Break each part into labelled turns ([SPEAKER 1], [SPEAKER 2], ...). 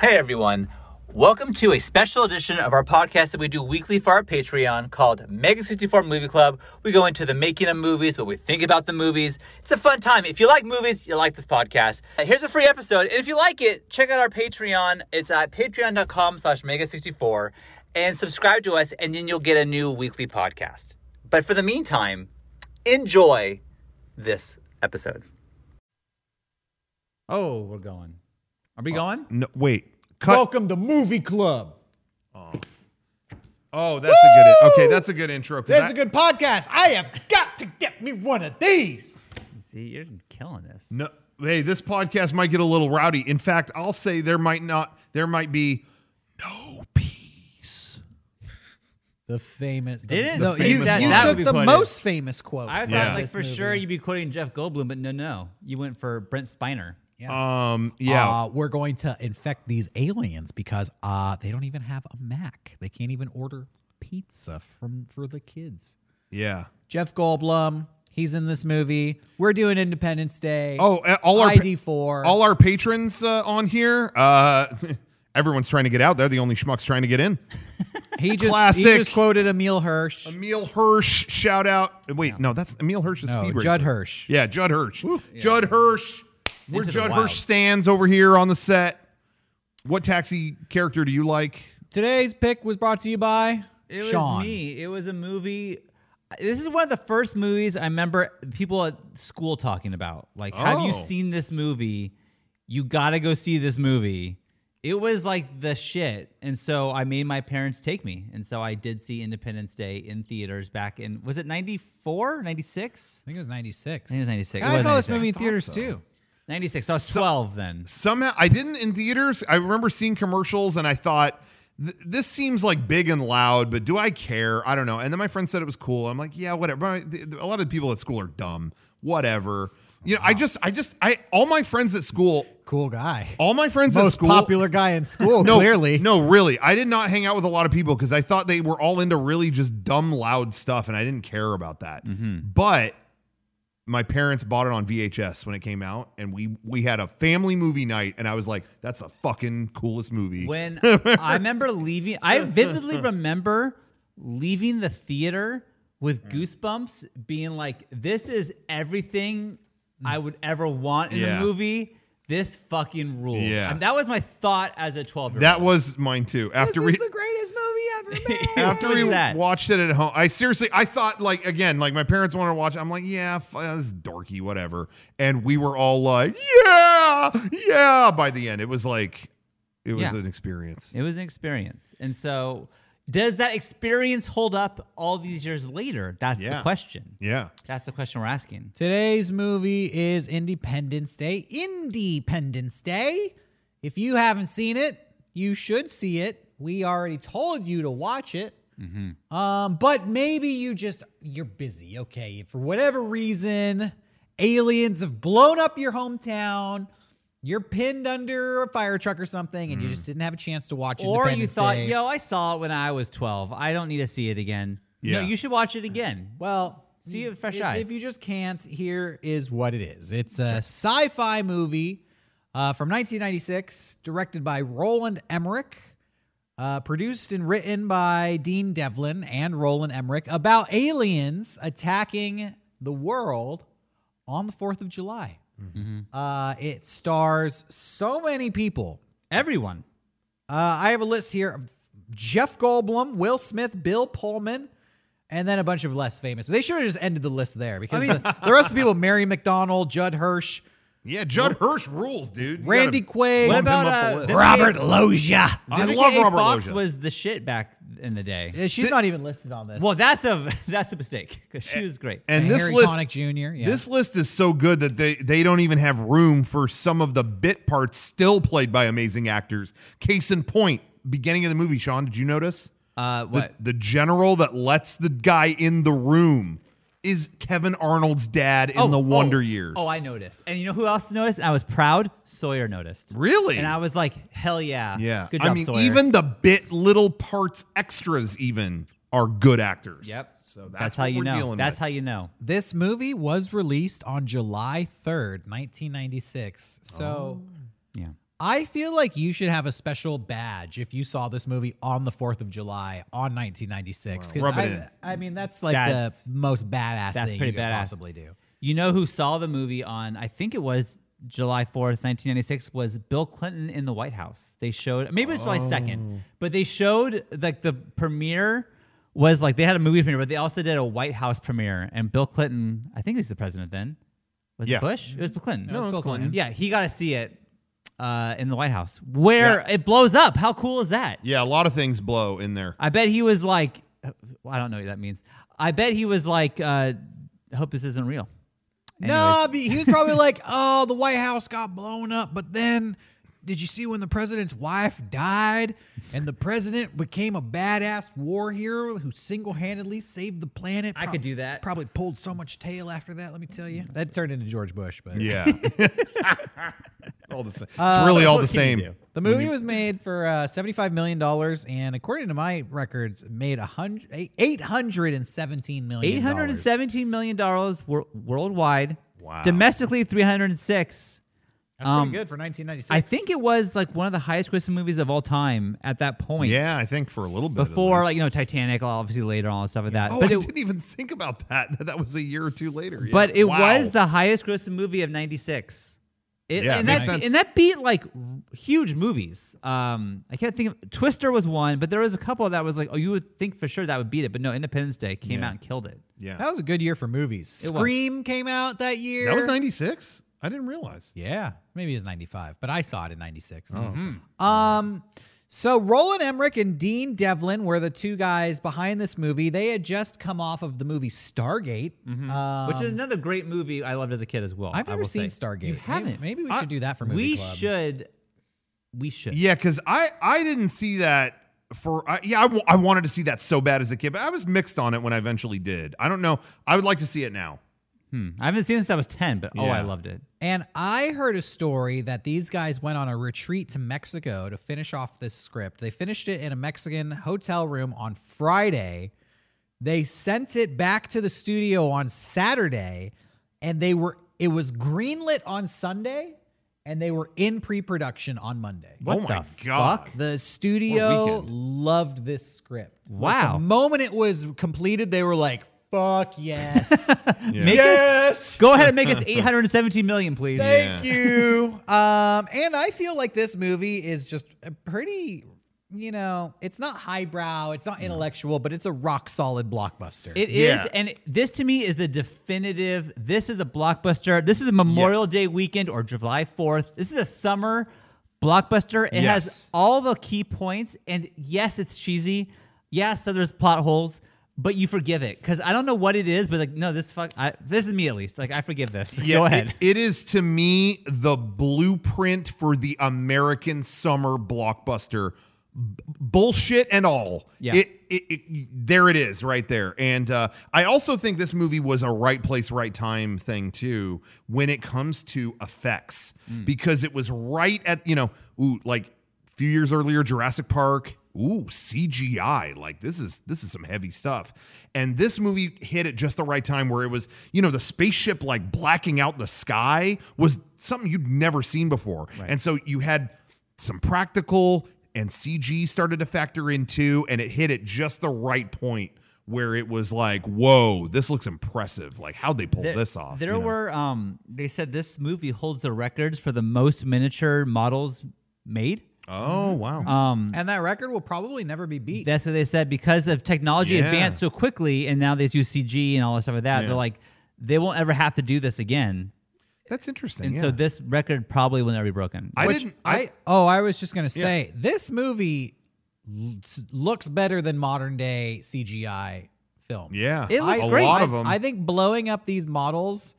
[SPEAKER 1] Hey everyone, welcome to a special edition of our podcast that we do weekly for our Patreon called Mega 64 Movie Club. We go into the making of movies, what we think about the movies. It's a fun time. If you like movies, you'll like this podcast. Uh, Here's a free episode, and if you like it, check out our Patreon. It's at patreon.com slash mega 64 and subscribe to us, and then you'll get a new weekly podcast. But for the meantime, enjoy this episode.
[SPEAKER 2] Oh, we're going. Are
[SPEAKER 1] Oh.
[SPEAKER 2] we going?
[SPEAKER 3] No, wait. Cut.
[SPEAKER 2] Welcome to Movie Club.
[SPEAKER 3] Oh, that's a good. Okay, that's a good intro. 'cause
[SPEAKER 2] There's
[SPEAKER 3] I-
[SPEAKER 2] a good podcast. I have got to get me one of these.
[SPEAKER 4] See, you're killing this.
[SPEAKER 3] No, hey, this podcast might get a little rowdy. In fact, I'll say there might not. There might be no peace.
[SPEAKER 2] The famous. the-
[SPEAKER 4] Didn't
[SPEAKER 2] the
[SPEAKER 4] no,
[SPEAKER 3] famous
[SPEAKER 5] You,
[SPEAKER 4] you, that,
[SPEAKER 3] one.
[SPEAKER 5] you
[SPEAKER 4] that would
[SPEAKER 5] took
[SPEAKER 4] be
[SPEAKER 5] the
[SPEAKER 4] quoted.
[SPEAKER 5] most famous quote.
[SPEAKER 4] I thought
[SPEAKER 3] Yeah.
[SPEAKER 4] like
[SPEAKER 2] this
[SPEAKER 4] for
[SPEAKER 2] movie.
[SPEAKER 4] sure you'd be quoting Jeff Goldblum, but no, no, you went for Brent Spiner.
[SPEAKER 3] Um, yeah.
[SPEAKER 5] Uh, we're going to infect these aliens because uh, they don't even have a Mac. They can't even order pizza from for the kids.
[SPEAKER 3] yeah.
[SPEAKER 5] Jeff Goldblum, he's in this movie. We're doing Independence Day.
[SPEAKER 3] Oh, uh, all our pa-
[SPEAKER 5] ID four.
[SPEAKER 3] All our patrons uh, on here. Uh, everyone's trying to get out. They're the only schmucks trying to get in.
[SPEAKER 5] he just he
[SPEAKER 3] classic.
[SPEAKER 5] just quoted Emil Hirsch.
[SPEAKER 3] Emil Hirsch, shout out. Wait, no, that's Emil Hirsch is
[SPEAKER 5] No,
[SPEAKER 3] Speed Racer.
[SPEAKER 5] Judd Hirsch.
[SPEAKER 3] Yeah, Judd Hirsch. Judd Hirsch. Where
[SPEAKER 4] Into the
[SPEAKER 3] Judd
[SPEAKER 4] wild.
[SPEAKER 3] Hirsch stands over here on the set. What taxi character do you like?
[SPEAKER 5] Today's pick was brought to you by
[SPEAKER 4] It
[SPEAKER 5] Sean.
[SPEAKER 4] was me. It was a movie. This is one of the first movies I remember people at school talking about. Like, have you
[SPEAKER 3] Oh.
[SPEAKER 4] seen this movie? You gotta go see this movie. It was like the shit. And so I made my parents take me. And so I did see Independence Day in theaters back in, was it 94, 96?
[SPEAKER 5] I think it was ninety six.
[SPEAKER 4] I think it was 96. It
[SPEAKER 5] I
[SPEAKER 4] was
[SPEAKER 5] saw this
[SPEAKER 4] 96.
[SPEAKER 5] movie in theaters too.
[SPEAKER 4] 96. I was 12 then.
[SPEAKER 3] Somehow I didn't in theaters. I remember seeing commercials and I thought "Th- this seems like big and loud, but do I care? I don't know. And then my friend said it was cool. I'm like, yeah, whatever. My- th- th- A lot of people at school are dumb. Whatever. You know, I just, I just, I all my friends at school,
[SPEAKER 5] Cool guy.
[SPEAKER 3] all my friends at
[SPEAKER 5] Most
[SPEAKER 3] school,
[SPEAKER 5] popular guy in school.
[SPEAKER 3] No,
[SPEAKER 5] clearly.
[SPEAKER 3] no, really. I did not hang out with a lot of people because I thought they were all into really just dumb, loud stuff, and I didn't care about that.
[SPEAKER 4] Mm-hmm.
[SPEAKER 3] But my parents bought it on VHS when it came out, and we we had a family movie night, and I was like, "That's the fucking coolest movie."
[SPEAKER 4] when I remember leaving, I vividly remember leaving the theater
[SPEAKER 3] Mm.
[SPEAKER 4] with goosebumps, being like, "This is everything I would ever want in
[SPEAKER 3] Yeah.
[SPEAKER 4] a movie. This fucking rule."
[SPEAKER 3] Yeah.
[SPEAKER 4] and that was my thought as a twelve-year-old.
[SPEAKER 3] that was mine too. After we
[SPEAKER 5] greatest movie ever made.
[SPEAKER 3] after
[SPEAKER 4] was
[SPEAKER 3] we
[SPEAKER 4] that?
[SPEAKER 3] watched it at home, I seriously, I thought like again, like my parents wanted to watch. it. I'm like, yeah, f- uh, this is dorky, whatever. And we were all like, yeah, yeah. By the end, it was like, it was
[SPEAKER 4] Yeah.
[SPEAKER 3] an experience.
[SPEAKER 4] It was an experience, and so does that experience hold up all these years later? That's
[SPEAKER 3] Yeah.
[SPEAKER 4] the question.
[SPEAKER 3] Yeah.
[SPEAKER 4] That's the question we're asking.
[SPEAKER 5] Today's movie is Independence Day. Independence Day. If you haven't seen it, you should see it. We already told you to watch it.
[SPEAKER 4] Mm-hmm.
[SPEAKER 5] Um, but maybe you just you're busy. Okay, for whatever reason, aliens have blown up your hometown. You're pinned under a fire truck or something, and you just didn't have a chance to watch.
[SPEAKER 4] Mm-hmm. Or you
[SPEAKER 5] Independence
[SPEAKER 4] thought,
[SPEAKER 5] Day.
[SPEAKER 4] "Yo, I saw it when I was 12. I don't need to see it again."
[SPEAKER 3] Yeah.
[SPEAKER 4] No, you should watch it again.
[SPEAKER 5] Well,
[SPEAKER 4] See it with fresh
[SPEAKER 5] if,
[SPEAKER 4] eyes.
[SPEAKER 5] If you just can't, here is what it is. It's a sci-fi movie uh, from 1996, directed by Roland Emmerich, uh, produced and written by Dean Devlin and Roland Emmerich about aliens attacking the world on the 4th of July.
[SPEAKER 4] Mm-hmm.
[SPEAKER 5] Uh, it stars so many people.
[SPEAKER 4] Everyone.
[SPEAKER 5] Uh, I have a list here of Jeff Goldblum, Will Smith, Bill Pullman, and then a bunch of less famous. They should have just ended the list there because the, the rest of the people, Mary McDonald, Judd Hirsch,
[SPEAKER 3] Yeah, Judd Hirsch rules, dude. You
[SPEAKER 5] Randy
[SPEAKER 3] gotta bump
[SPEAKER 5] Quaid,
[SPEAKER 4] What
[SPEAKER 3] him
[SPEAKER 4] about,
[SPEAKER 3] up
[SPEAKER 4] uh,
[SPEAKER 3] the list.
[SPEAKER 4] this-
[SPEAKER 5] Robert Loggia.
[SPEAKER 3] I
[SPEAKER 4] Vivica
[SPEAKER 3] love
[SPEAKER 4] A.
[SPEAKER 3] Robert
[SPEAKER 4] Fox
[SPEAKER 3] Loggia.
[SPEAKER 4] was the shit back in the day.
[SPEAKER 5] Yeah, She's not even listed on this. Uh,
[SPEAKER 4] Well, that's a that's a mistake because she was great.
[SPEAKER 3] and this
[SPEAKER 5] Harry
[SPEAKER 3] list,
[SPEAKER 5] Connick Jr. Yeah.
[SPEAKER 3] this list is so good that they they don't even have room for some of the bit parts still played by amazing actors. Case in point, beginning of the movie, Sean, did you notice
[SPEAKER 4] Uh,
[SPEAKER 3] the,
[SPEAKER 4] what?
[SPEAKER 3] the general that lets the guy in the room is Kevin Arnold's dad in the Wonder
[SPEAKER 4] oh,
[SPEAKER 3] Years?
[SPEAKER 4] Oh, I noticed. And you know who else noticed? I was proud. Sawyer noticed.
[SPEAKER 3] Really?
[SPEAKER 4] And I was like, hell yeah.
[SPEAKER 3] yeah.
[SPEAKER 4] Good
[SPEAKER 3] I
[SPEAKER 4] job,
[SPEAKER 3] mean,
[SPEAKER 4] Sawyer.
[SPEAKER 3] even the bit little parts extras even are good actors.
[SPEAKER 4] Yep.
[SPEAKER 3] So that's,
[SPEAKER 4] that's, how
[SPEAKER 3] what
[SPEAKER 4] you
[SPEAKER 3] we're
[SPEAKER 4] know.
[SPEAKER 3] dealing
[SPEAKER 4] That's
[SPEAKER 3] with.
[SPEAKER 4] how you know.
[SPEAKER 5] This movie
[SPEAKER 3] Oh.
[SPEAKER 5] was released on July 3rd, 1996. So
[SPEAKER 4] Yeah.
[SPEAKER 5] I feel like you should have a special badge if you saw this movie on the 4th of July on 1996. 'cause
[SPEAKER 3] Rub it
[SPEAKER 5] I,
[SPEAKER 3] in.
[SPEAKER 5] I mean, that's like
[SPEAKER 4] That's-
[SPEAKER 5] the most badass
[SPEAKER 4] That's
[SPEAKER 5] thing
[SPEAKER 4] pretty
[SPEAKER 5] you could
[SPEAKER 4] badass.
[SPEAKER 5] possibly do.
[SPEAKER 4] You know who saw the movie on, I think it was July 4th, 1996, was Bill Clinton in the White House. They showed, maybe it was July 2nd,
[SPEAKER 3] Oh.
[SPEAKER 4] but they showed like the premiere was like they had a movie premiere, but they also did a White House premiere. And Bill Clinton, I think he's the president then. Was
[SPEAKER 3] Yeah.
[SPEAKER 4] it Bush? It was Bill Clinton.
[SPEAKER 3] No, it was Bill Clinton.
[SPEAKER 4] Yeah, he got to see it uh, in the White House where it blows up. How cool is that?
[SPEAKER 3] Yeah, a lot of things blow in there.
[SPEAKER 4] I bet he was like, well, I don't know what that means. I bet he was like, uh, hope this isn't real.
[SPEAKER 5] No, but he was probably like, oh, the White House got blown up, but then did you see when the president's wife died and the president became a badass war hero who single-handedly saved the planet?
[SPEAKER 4] I could do that.
[SPEAKER 5] Probably pulled so much tail after that, let me tell you. That turned into George Bush, but
[SPEAKER 3] Yeah. all the same.
[SPEAKER 4] Uh,
[SPEAKER 3] It's really all the same.
[SPEAKER 5] The movie was made for uh, $75 million, and according to my records, made a hundred, $817 million.
[SPEAKER 4] Eight hundred and seventeen million dollars wor- worldwide.
[SPEAKER 3] Wow.
[SPEAKER 4] Domestically, three hundred and six.
[SPEAKER 5] That's pretty
[SPEAKER 4] Um,
[SPEAKER 5] good for 1996.
[SPEAKER 4] I think it was like one of the highest grossing movies of all time at that point.
[SPEAKER 3] Yeah, I think for a little bit. at
[SPEAKER 4] Before,
[SPEAKER 3] least.
[SPEAKER 4] like you know, Titanic, obviously later on and stuff like that.
[SPEAKER 3] oh,
[SPEAKER 4] but
[SPEAKER 3] I
[SPEAKER 4] it,
[SPEAKER 3] didn't even think about that. That was a year or two later. Yeah.
[SPEAKER 4] but it
[SPEAKER 3] Wow.
[SPEAKER 4] was the highest grossing movie of '96. It,
[SPEAKER 3] Yeah,
[SPEAKER 4] and
[SPEAKER 3] makes
[SPEAKER 4] that
[SPEAKER 3] sense.
[SPEAKER 4] and that beat like r- huge movies. Um, I can't think of Twister was one, but there was a couple that was like, oh, you would think for sure that would beat it, but no, Independence Day came out and killed it.
[SPEAKER 3] Yeah.
[SPEAKER 5] that was a good year for movies.
[SPEAKER 4] was.
[SPEAKER 5] Scream came out that year.
[SPEAKER 3] That was 96? I didn't realize.
[SPEAKER 5] Yeah, maybe it was 95, but I saw it in 96.
[SPEAKER 4] Mm-hmm.
[SPEAKER 5] Um, so Roland Emmerich and Dean Devlin were the two guys behind this movie. They had just come off of the movie Stargate. Um,
[SPEAKER 4] Mm-hmm. which is another great movie I loved as a kid as well.
[SPEAKER 5] I've
[SPEAKER 4] I
[SPEAKER 5] never
[SPEAKER 4] will
[SPEAKER 5] seen
[SPEAKER 4] say.
[SPEAKER 5] Stargate.
[SPEAKER 4] You
[SPEAKER 5] Maybe-
[SPEAKER 4] haven't.
[SPEAKER 5] Maybe, we should do that for movie
[SPEAKER 4] we
[SPEAKER 5] club.
[SPEAKER 4] should. We should.
[SPEAKER 3] Yeah, because I I didn't see that for I yeah I wa- I wanted to see that so bad as a kid, but I was mixed on it when I eventually did. I don't know. I would like to see it now.
[SPEAKER 4] Hmm. I haven't seen it since I was ten, but oh, I
[SPEAKER 3] Yeah.
[SPEAKER 4] loved it.
[SPEAKER 5] And I heard a story that these guys went on a retreat to Mexico to finish off this script. They finished it in a Mexican hotel room on Friday. They sent it back to the studio on Saturday and they were it was greenlit on Sunday and they were in pre-production on Monday.
[SPEAKER 4] What
[SPEAKER 3] oh my
[SPEAKER 4] the
[SPEAKER 3] god!
[SPEAKER 4] fuck?
[SPEAKER 5] The studio
[SPEAKER 3] weekend.
[SPEAKER 5] loved this script. Like,
[SPEAKER 4] Wow.
[SPEAKER 5] the moment it was completed, they were like, fuck yes.
[SPEAKER 4] Make
[SPEAKER 5] yes.
[SPEAKER 4] us go ahead and make us eight hundred and seventeen million, please.
[SPEAKER 5] Thank you. Um, and I feel like this movie is just a pretty, you know, it's not highbrow, it's not intellectual, but it's a rock solid blockbuster.
[SPEAKER 4] It is,
[SPEAKER 3] Yeah.
[SPEAKER 4] and this to me is the definitive. This is a blockbuster. This is a Memorial Day weekend or July Fourth. This is a summer blockbuster. It has
[SPEAKER 3] Yes.
[SPEAKER 4] all the key points, and yes, it's cheesy. Yeah, so there's plot holes, but you forgive it because I don't know what it is, but like, no, this fuck, I, this is me at least. Like, I forgive this.
[SPEAKER 3] Yeah,
[SPEAKER 4] Go ahead.
[SPEAKER 3] it- it is to me the blueprint for the American summer blockbuster, B- bullshit and all.
[SPEAKER 4] Yeah.
[SPEAKER 3] It, it, it there it is right there, and uh, I also think this movie was a right place, right time thing too when it comes to effects because it was right at you know ooh like a few years earlier Jurassic Park. Ooh, CGI. Like this is this is some heavy stuff. And this movie hit at just the right time where it was, you know, the spaceship like blacking out the sky was something you'd never seen before. And so you had some practical and CG started to factor in too, and it hit at just the right point where it was like, whoa, this looks impressive. Like how'd they pull
[SPEAKER 4] There-
[SPEAKER 3] this off?
[SPEAKER 4] There
[SPEAKER 3] you know?
[SPEAKER 4] were um they said this movie holds the records for the most miniature models made.
[SPEAKER 5] um,
[SPEAKER 3] Oh wow.
[SPEAKER 5] and that record will probably never be beat.
[SPEAKER 4] That's what they said because of technology
[SPEAKER 3] Yeah.
[SPEAKER 4] advanced so quickly, and now they use CG and all that stuff like that. They're like, they won't ever have to do this again,
[SPEAKER 3] That's interesting.
[SPEAKER 4] and
[SPEAKER 3] yeah.
[SPEAKER 4] so this record probably will never be broken.
[SPEAKER 3] I
[SPEAKER 4] Which-
[SPEAKER 3] didn't
[SPEAKER 5] I oh, I was just gonna say this movie l- looks better than modern day CGI films.
[SPEAKER 3] Yeah.
[SPEAKER 4] It looks
[SPEAKER 3] a
[SPEAKER 4] great.
[SPEAKER 3] lot
[SPEAKER 5] I-
[SPEAKER 3] of them.
[SPEAKER 5] I think blowing up these models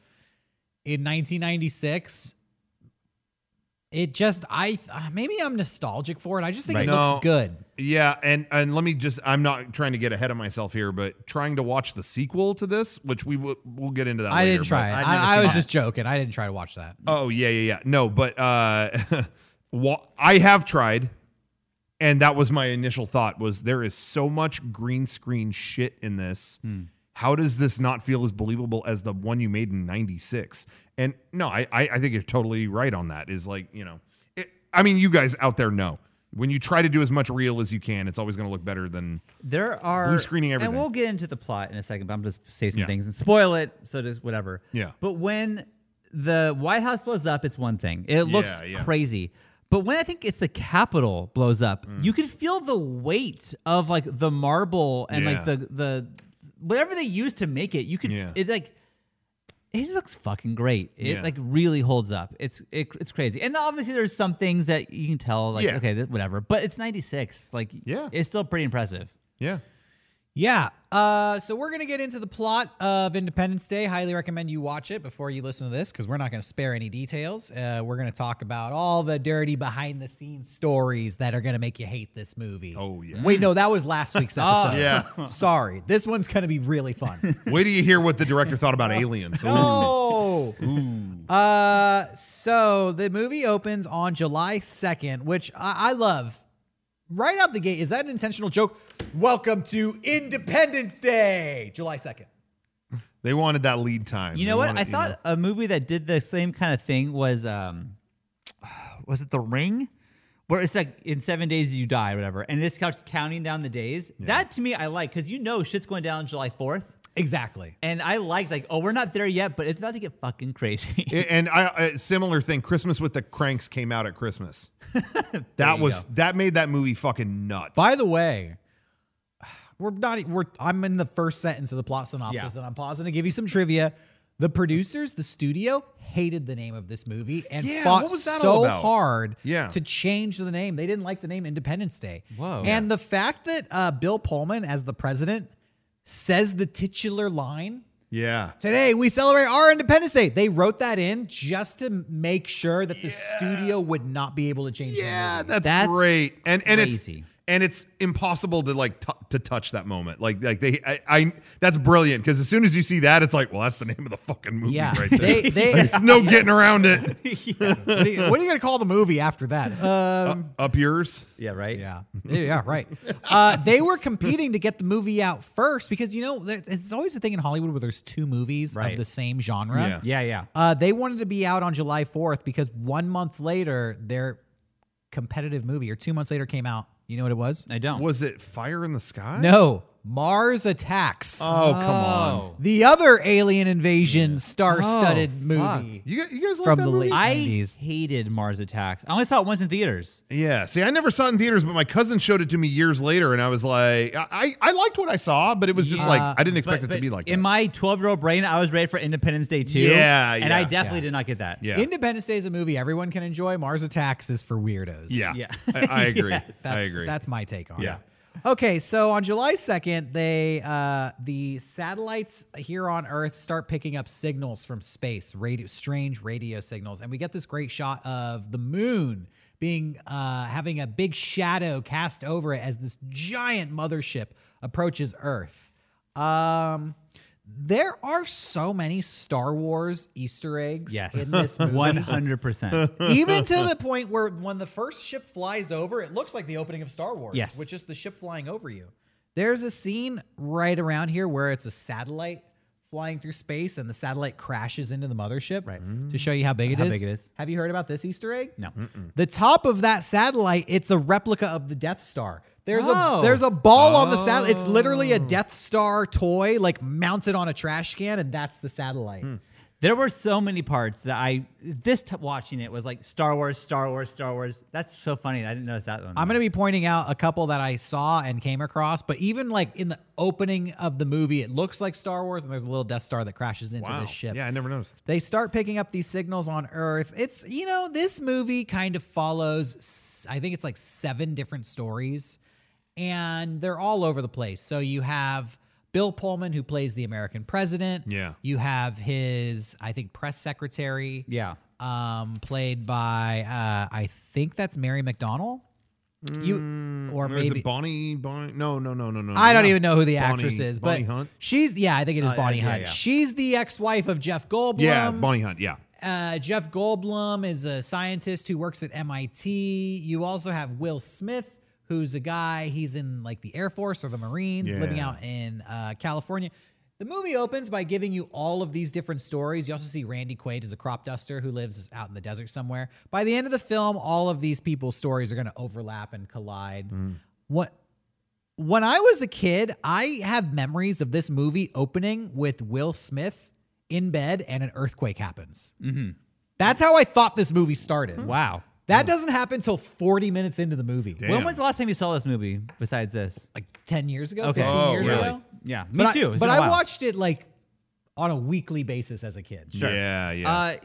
[SPEAKER 5] in 1996, it just I uh, maybe I'm nostalgic for it. I just think
[SPEAKER 3] Right.
[SPEAKER 5] it
[SPEAKER 3] No.
[SPEAKER 5] looks good.
[SPEAKER 3] Yeah, and and let me just I'm not trying to get ahead of myself here, but trying to watch the sequel to this, which we will we'll get into that
[SPEAKER 5] I
[SPEAKER 3] later,
[SPEAKER 5] didn't try it.
[SPEAKER 4] I've never
[SPEAKER 5] I, I
[SPEAKER 4] seen
[SPEAKER 5] was
[SPEAKER 4] it.
[SPEAKER 5] just joking. I didn't try to watch that.
[SPEAKER 3] but- Oh, yeah, yeah, yeah. No, but uh wa- I have tried and that was my initial thought was there is so much green screen shit in this.
[SPEAKER 4] Hmm.
[SPEAKER 3] How does this not feel as believable as the one you made in 96? And no, I I, I think you're totally right on that. Is like, you know, it, I mean, you guys out there know when you try to do as much real as you can, it's always going to look better than.
[SPEAKER 4] There are
[SPEAKER 3] Blue screening everything.
[SPEAKER 4] and we'll get into the plot in a second. But I'm just say some
[SPEAKER 3] Yeah.
[SPEAKER 4] things and spoil it, so just whatever.
[SPEAKER 3] Yeah.
[SPEAKER 4] But when the White House blows up, it's one thing. It looks
[SPEAKER 3] Yeah, yeah.
[SPEAKER 4] crazy. But when I think it's the Capitol blows up,
[SPEAKER 3] Mm.
[SPEAKER 4] you can feel the weight of like the marble and like
[SPEAKER 3] Yeah.
[SPEAKER 4] the the whatever they use to make it. You can
[SPEAKER 3] Yeah.
[SPEAKER 4] it like it looks fucking great. It
[SPEAKER 3] Yeah.
[SPEAKER 4] like really holds up. It's it, it's crazy. And obviously there's some things that you can tell like
[SPEAKER 3] Yeah.
[SPEAKER 4] okay, th- whatever. But it's 96. Like
[SPEAKER 3] Yeah.
[SPEAKER 4] it's still pretty impressive.
[SPEAKER 3] Yeah.
[SPEAKER 5] Yeah. Uh, so we're going to get into the plot of Independence Day. Highly recommend you watch it before you listen to this because we're not going to spare any details. Uh, we're going to talk about all the dirty behind the scenes stories that are going to make you hate this movie.
[SPEAKER 3] Oh, yeah. Ah.
[SPEAKER 5] Wait, no, that was last week's episode.
[SPEAKER 3] Yeah.
[SPEAKER 5] Sorry. This one's going to be really fun.
[SPEAKER 3] Wait till you hear what the director thought about aliens. Ooh.
[SPEAKER 5] Oh. Uh, so the movie opens on July 2nd, which I, I love. Right out the gate, is that an intentional joke? Welcome to Independence Day, July 2nd.
[SPEAKER 3] They wanted that lead time.
[SPEAKER 4] You
[SPEAKER 3] They
[SPEAKER 4] know what?
[SPEAKER 3] wanted-
[SPEAKER 4] I
[SPEAKER 3] you
[SPEAKER 4] thought a movie that did the same kind of thing was um was it The Ring? Where it's like in seven days you die, or whatever, and this couch counting down the days. That to me I like because you know shit's going down July fourth.
[SPEAKER 5] Exactly.
[SPEAKER 4] And I like like, oh, we're not there yet, but it's about to get fucking crazy.
[SPEAKER 3] I- and I a similar thing. Christmas with the Cranks came out at Christmas. that
[SPEAKER 4] you
[SPEAKER 3] was that made that movie fucking nuts.
[SPEAKER 5] By the way, we're not e- we're I'm in the first sentence of the plot synopsis
[SPEAKER 4] Yeah.
[SPEAKER 5] and I'm pausing to give you some trivia. The producers, the studio, hated the name of this movie and
[SPEAKER 3] Yeah,
[SPEAKER 5] fought
[SPEAKER 3] what was that all
[SPEAKER 5] so
[SPEAKER 3] about?
[SPEAKER 5] hard
[SPEAKER 3] Yeah.
[SPEAKER 5] to change the name. They didn't like the name Independence Day.
[SPEAKER 4] Whoa.
[SPEAKER 5] And the fact that uh, Bill Pullman, as the president, says the titular line
[SPEAKER 3] yeah.
[SPEAKER 5] Today we celebrate our Independence Day. They wrote that in just to make sure that the studio would not be able to change. the name.
[SPEAKER 3] Yeah, that's,
[SPEAKER 4] That's
[SPEAKER 3] great. And and
[SPEAKER 4] crazy.
[SPEAKER 3] it's and it's impossible to like t- to touch that moment. Like like they I, I that's brilliant because as soon as you see that, it's like, well, that's the name of the fucking movie
[SPEAKER 5] Yeah,
[SPEAKER 3] right there.
[SPEAKER 5] they they
[SPEAKER 3] There's no getting around it.
[SPEAKER 5] what, are you, what are you gonna call the movie after that? Um,
[SPEAKER 3] Up yours.
[SPEAKER 4] yeah, right.
[SPEAKER 5] yeah, yeah, right. Uh, they were competing to get the movie out first because you know there- it's always a thing in Hollywood where there's two movies
[SPEAKER 4] Right.
[SPEAKER 5] of the same genre.
[SPEAKER 3] Yeah.
[SPEAKER 4] yeah, yeah.
[SPEAKER 5] Uh, they wanted to be out on July 4th because one month later their competitive movie, or two months later, came out. You know what it was?
[SPEAKER 4] I don't.
[SPEAKER 3] Was it Fire in the Sky?
[SPEAKER 5] No, Mars Attacks,
[SPEAKER 3] Oh come on.
[SPEAKER 5] the other alien invasion star-studded
[SPEAKER 4] fuck.
[SPEAKER 5] movie.
[SPEAKER 3] You, gu- you guys like
[SPEAKER 5] From
[SPEAKER 3] that
[SPEAKER 5] the
[SPEAKER 3] movie?
[SPEAKER 5] late-
[SPEAKER 4] I
[SPEAKER 5] 90s.
[SPEAKER 4] hated Mars Attacks. I only saw it once in theaters.
[SPEAKER 3] Yeah. See, I never saw it in theaters, but my cousin showed it to me years later, and I was like, I, I I liked what I saw, but it was just like I didn't expect
[SPEAKER 4] But-
[SPEAKER 3] it to
[SPEAKER 4] but
[SPEAKER 3] be like
[SPEAKER 4] in
[SPEAKER 3] that.
[SPEAKER 4] my 12 year old brain, I was ready for Independence Day too.
[SPEAKER 3] Yeah,
[SPEAKER 4] and
[SPEAKER 3] yeah.
[SPEAKER 4] I definitely
[SPEAKER 5] Yeah.
[SPEAKER 4] did not get that.
[SPEAKER 3] yeah.
[SPEAKER 5] Independence Day is a movie everyone can enjoy. Mars Attacks is for weirdos.
[SPEAKER 3] yeah.
[SPEAKER 4] Yeah.
[SPEAKER 3] I, I agree. I
[SPEAKER 5] That's,
[SPEAKER 3] agree.
[SPEAKER 5] That's my take on
[SPEAKER 3] Yeah.
[SPEAKER 5] it. Okay, so on July 2nd, they uh, the satellites here on Earth start picking up signals from space, radio, strange radio signals, and we get this great shot of the moon being uh, having a big shadow cast over it as this giant mothership approaches Earth. Um, there are so many Star Wars Easter eggs
[SPEAKER 4] Yes.
[SPEAKER 5] in this movie.
[SPEAKER 4] 100%.
[SPEAKER 5] Even to the point where when the first ship flies over, it looks like the opening of Star Wars,
[SPEAKER 4] Yes.
[SPEAKER 5] which is the ship flying over you. There's a scene right around here where it's a satellite flying through space and the satellite crashes into the mothership
[SPEAKER 4] Right.
[SPEAKER 5] to show you how big it
[SPEAKER 4] How
[SPEAKER 5] is.
[SPEAKER 4] big it is.
[SPEAKER 5] Have you heard about this Easter egg? Mm.
[SPEAKER 4] No.
[SPEAKER 5] The top of that satellite, it's a replica of the Death Star. There's
[SPEAKER 4] Oh.
[SPEAKER 5] a there's a ball on the satellite. It's literally a Death Star toy like mounted on a trash can and that's the satellite.
[SPEAKER 4] Hmm. There were so many parts that I, this t- watching it was like Star Wars, Star Wars, Star Wars. That's so funny. I didn't notice that one.
[SPEAKER 5] I'm going to be pointing out a couple that I saw and came across, but even like in the opening of the movie, it looks like Star Wars, and there's a little Death Star that crashes into
[SPEAKER 3] wow.
[SPEAKER 5] this ship.
[SPEAKER 3] Yeah, I never noticed.
[SPEAKER 5] They start picking up these signals on Earth. It's, you know, this movie kind of follows, s- I think it's like seven different stories, and they're all over the place. So you have Bill Pullman, who plays the American president.
[SPEAKER 3] Yeah.
[SPEAKER 5] You have his, I think, press secretary.
[SPEAKER 4] Yeah.
[SPEAKER 5] Um, played by, uh, I think that's Mary McDonald. You or
[SPEAKER 3] Or is
[SPEAKER 5] maybe
[SPEAKER 3] it Mm, Bonnie? Bonnie? No, no, no, no, no.
[SPEAKER 5] I don't
[SPEAKER 3] no.
[SPEAKER 5] even know who the
[SPEAKER 3] Bonnie-
[SPEAKER 5] actress is, but
[SPEAKER 3] Bonnie Hunt.
[SPEAKER 5] she's yeah, I think it is
[SPEAKER 4] Oh, yeah,
[SPEAKER 5] Bonnie
[SPEAKER 4] yeah,
[SPEAKER 5] Hunt.
[SPEAKER 4] yeah.
[SPEAKER 5] She's the ex-wife of Jeff Goldblum.
[SPEAKER 3] Yeah, Bonnie Hunt. Yeah,
[SPEAKER 5] Uh, Jeff Goldblum is a scientist who works at MIT. You also have Will Smith, who's a guy, he's in like the Air Force or the Marines, living
[SPEAKER 3] Yeah.
[SPEAKER 5] out in uh, California. The movie opens by giving you all of these different stories. You also see Randy Quaid as a crop duster who lives out in the desert somewhere. By the end of the film, all of these people's stories are going to overlap and collide. What when I was a kid, I have memories of this movie opening with Will Smith in bed and an earthquake happens. That's how I thought this movie started.
[SPEAKER 4] Mm-hmm. Wow.
[SPEAKER 5] That doesn't happen until 40 minutes into the movie.
[SPEAKER 3] Damn.
[SPEAKER 4] When was the last time you saw this movie besides this?
[SPEAKER 5] Like 10 years ago,
[SPEAKER 4] Okay.
[SPEAKER 5] 15
[SPEAKER 3] Oh,
[SPEAKER 5] years
[SPEAKER 3] really?
[SPEAKER 5] ago.
[SPEAKER 4] Yeah, me
[SPEAKER 5] But I-
[SPEAKER 4] too. It's
[SPEAKER 5] but
[SPEAKER 4] been a
[SPEAKER 5] I
[SPEAKER 4] while.
[SPEAKER 5] watched it like on a weekly basis as a kid.
[SPEAKER 3] Yeah, yeah.
[SPEAKER 4] Uh,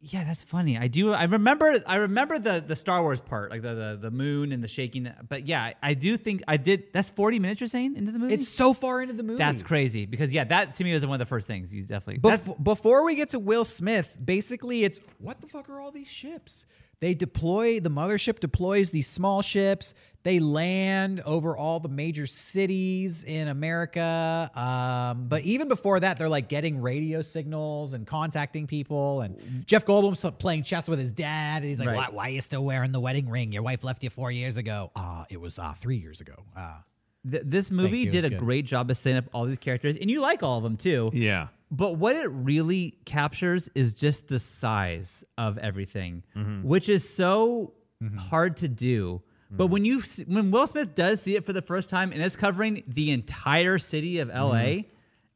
[SPEAKER 4] yeah, that's funny. I do. I remember. I remember the the Star Wars part, like the the, the moon and the shaking. But yeah, I do think I did. That's forty minutes. You're saying into the movie?
[SPEAKER 5] It's so far into the movie.
[SPEAKER 4] that's crazy because yeah, that to me was one of the first things you definitely. that's,
[SPEAKER 5] Bef- before we get to Will Smith, basically it's what the fuck are all these ships? They deploy the mothership deploys these small ships. They land over all the major cities in America. Um, but even before that, they're like getting radio signals and contacting people. And Jeff Goldblum's playing chess with his dad. And he's like,
[SPEAKER 4] Right.
[SPEAKER 5] why, why are you still wearing the wedding ring? Your wife left you four years ago. Ah, it was uh, three years ago. Ah.
[SPEAKER 4] th- this movie
[SPEAKER 5] you, it
[SPEAKER 4] did a
[SPEAKER 5] was good.
[SPEAKER 4] great job of setting up all these characters, and you like all of them too.
[SPEAKER 3] yeah.
[SPEAKER 4] But what it really captures is just the size of everything,
[SPEAKER 3] Mm-hmm.
[SPEAKER 4] which is so hard to do.
[SPEAKER 3] Mm-hmm.
[SPEAKER 4] But when you s- when Will Smith does see it for the first time and it's covering the entire city of LA,
[SPEAKER 3] Mm-hmm.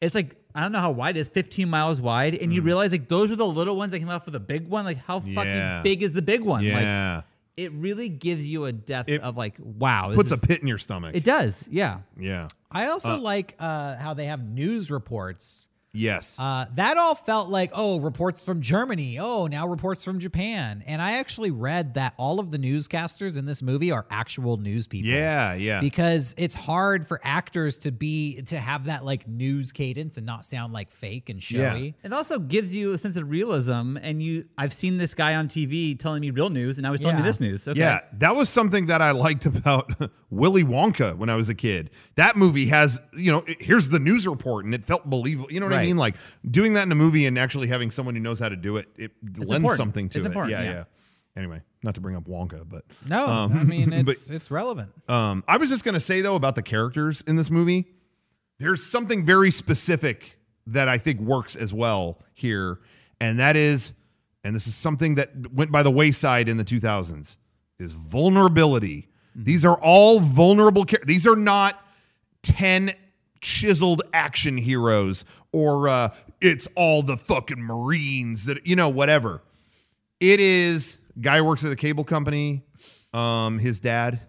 [SPEAKER 4] it's like I don't know how wide it is, 15 miles wide, and
[SPEAKER 3] Mm-hmm.
[SPEAKER 4] you realize like those are the little ones that came out for the big one. Like how
[SPEAKER 3] Yeah.
[SPEAKER 4] fucking big is the big one? Like
[SPEAKER 3] Yeah.
[SPEAKER 4] it really gives you a depth
[SPEAKER 3] It
[SPEAKER 4] of like wow. this
[SPEAKER 3] Puts
[SPEAKER 4] is-
[SPEAKER 3] a pit in your stomach.
[SPEAKER 4] it does, yeah.
[SPEAKER 3] yeah.
[SPEAKER 5] I also like uh, how they have news reports
[SPEAKER 3] Yes.
[SPEAKER 5] Uh, that all felt like, oh, reports from Germany. Oh, now reports from Japan. And I actually read that all of the newscasters in this movie are actual news people.
[SPEAKER 3] yeah, yeah.
[SPEAKER 5] Because it's hard for actors to be to have that like news cadence and not sound like fake and
[SPEAKER 3] Yeah.
[SPEAKER 5] showy.
[SPEAKER 4] It also gives you a sense of realism, and you. I've seen this guy on TV telling me real news, and now he's telling me
[SPEAKER 5] Yeah.
[SPEAKER 4] this news. Okay.
[SPEAKER 3] Yeah, that was something that I liked about Willy Wonka when I was a kid. That movie has, you know, it- here's the news report, and it felt believable. You know what
[SPEAKER 4] Right.
[SPEAKER 3] I mean? Like doing that in a movie and actually having someone who knows how to do it, it lends
[SPEAKER 4] important.
[SPEAKER 3] something to
[SPEAKER 4] It's
[SPEAKER 3] it.
[SPEAKER 4] important,
[SPEAKER 3] yeah,
[SPEAKER 4] yeah.
[SPEAKER 3] Anyway, not to bring up Wonka, but
[SPEAKER 5] No,
[SPEAKER 3] Um,
[SPEAKER 5] I mean
[SPEAKER 3] but-
[SPEAKER 5] it's it's relevant.
[SPEAKER 3] um, I was just gonna say though about the characters in this movie, there's something very specific that I think works as well here, and that is, and this is something that went by the wayside in the 2000s, is vulnerability. These are all vulnerable. Char- These are not 10 chiseled action heroes or uh, it's all the fucking Marines that you know whatever. It is guy works at a cable company. Um, his dad.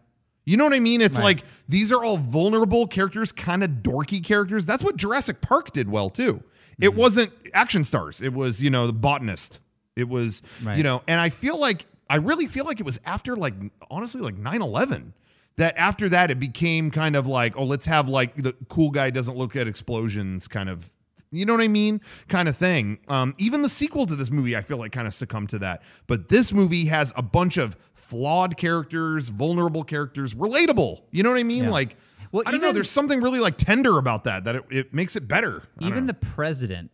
[SPEAKER 3] You know what I mean? It's like these are all vulnerable characters, kind of dorky characters. That's what Jurassic Park did well too. It wasn't action stars. It was you know the botanist. It was you
[SPEAKER 4] Right.
[SPEAKER 3] know, and I feel like I really feel like it was after like honestly like 9-11 that after that it became kind of like oh let's have like the cool guy doesn't look at explosions kind of you know what I mean? Kind of thing. Um, even the sequel to this movie, I feel like, kind of succumbed to that. But this movie has a bunch of flawed characters, vulnerable characters, relatable. You know what I mean? Like,
[SPEAKER 4] Well,
[SPEAKER 3] I don't know.
[SPEAKER 4] even-
[SPEAKER 3] There's something really like tender about that. That it, it makes it better. I don't
[SPEAKER 4] Even
[SPEAKER 3] know.
[SPEAKER 4] the president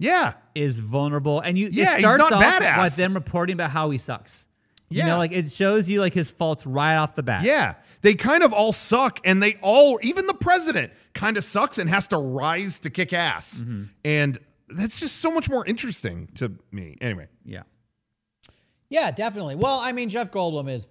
[SPEAKER 3] yeah,
[SPEAKER 4] is vulnerable, and you. it
[SPEAKER 3] Yeah, he's
[SPEAKER 4] starts
[SPEAKER 3] not
[SPEAKER 4] off
[SPEAKER 3] badass.
[SPEAKER 4] With them reporting about how he sucks. You
[SPEAKER 3] Yeah.
[SPEAKER 4] know, like it shows you like his faults right off the bat.
[SPEAKER 3] yeah. They kind of all suck, and they all, even the president, kind of sucks and has to rise to kick ass.
[SPEAKER 4] Mm-hmm.
[SPEAKER 3] And that's just so much more interesting to me. Anyway,
[SPEAKER 4] Yeah.
[SPEAKER 5] Yeah, definitely. Well, I mean Jeff Goldblum is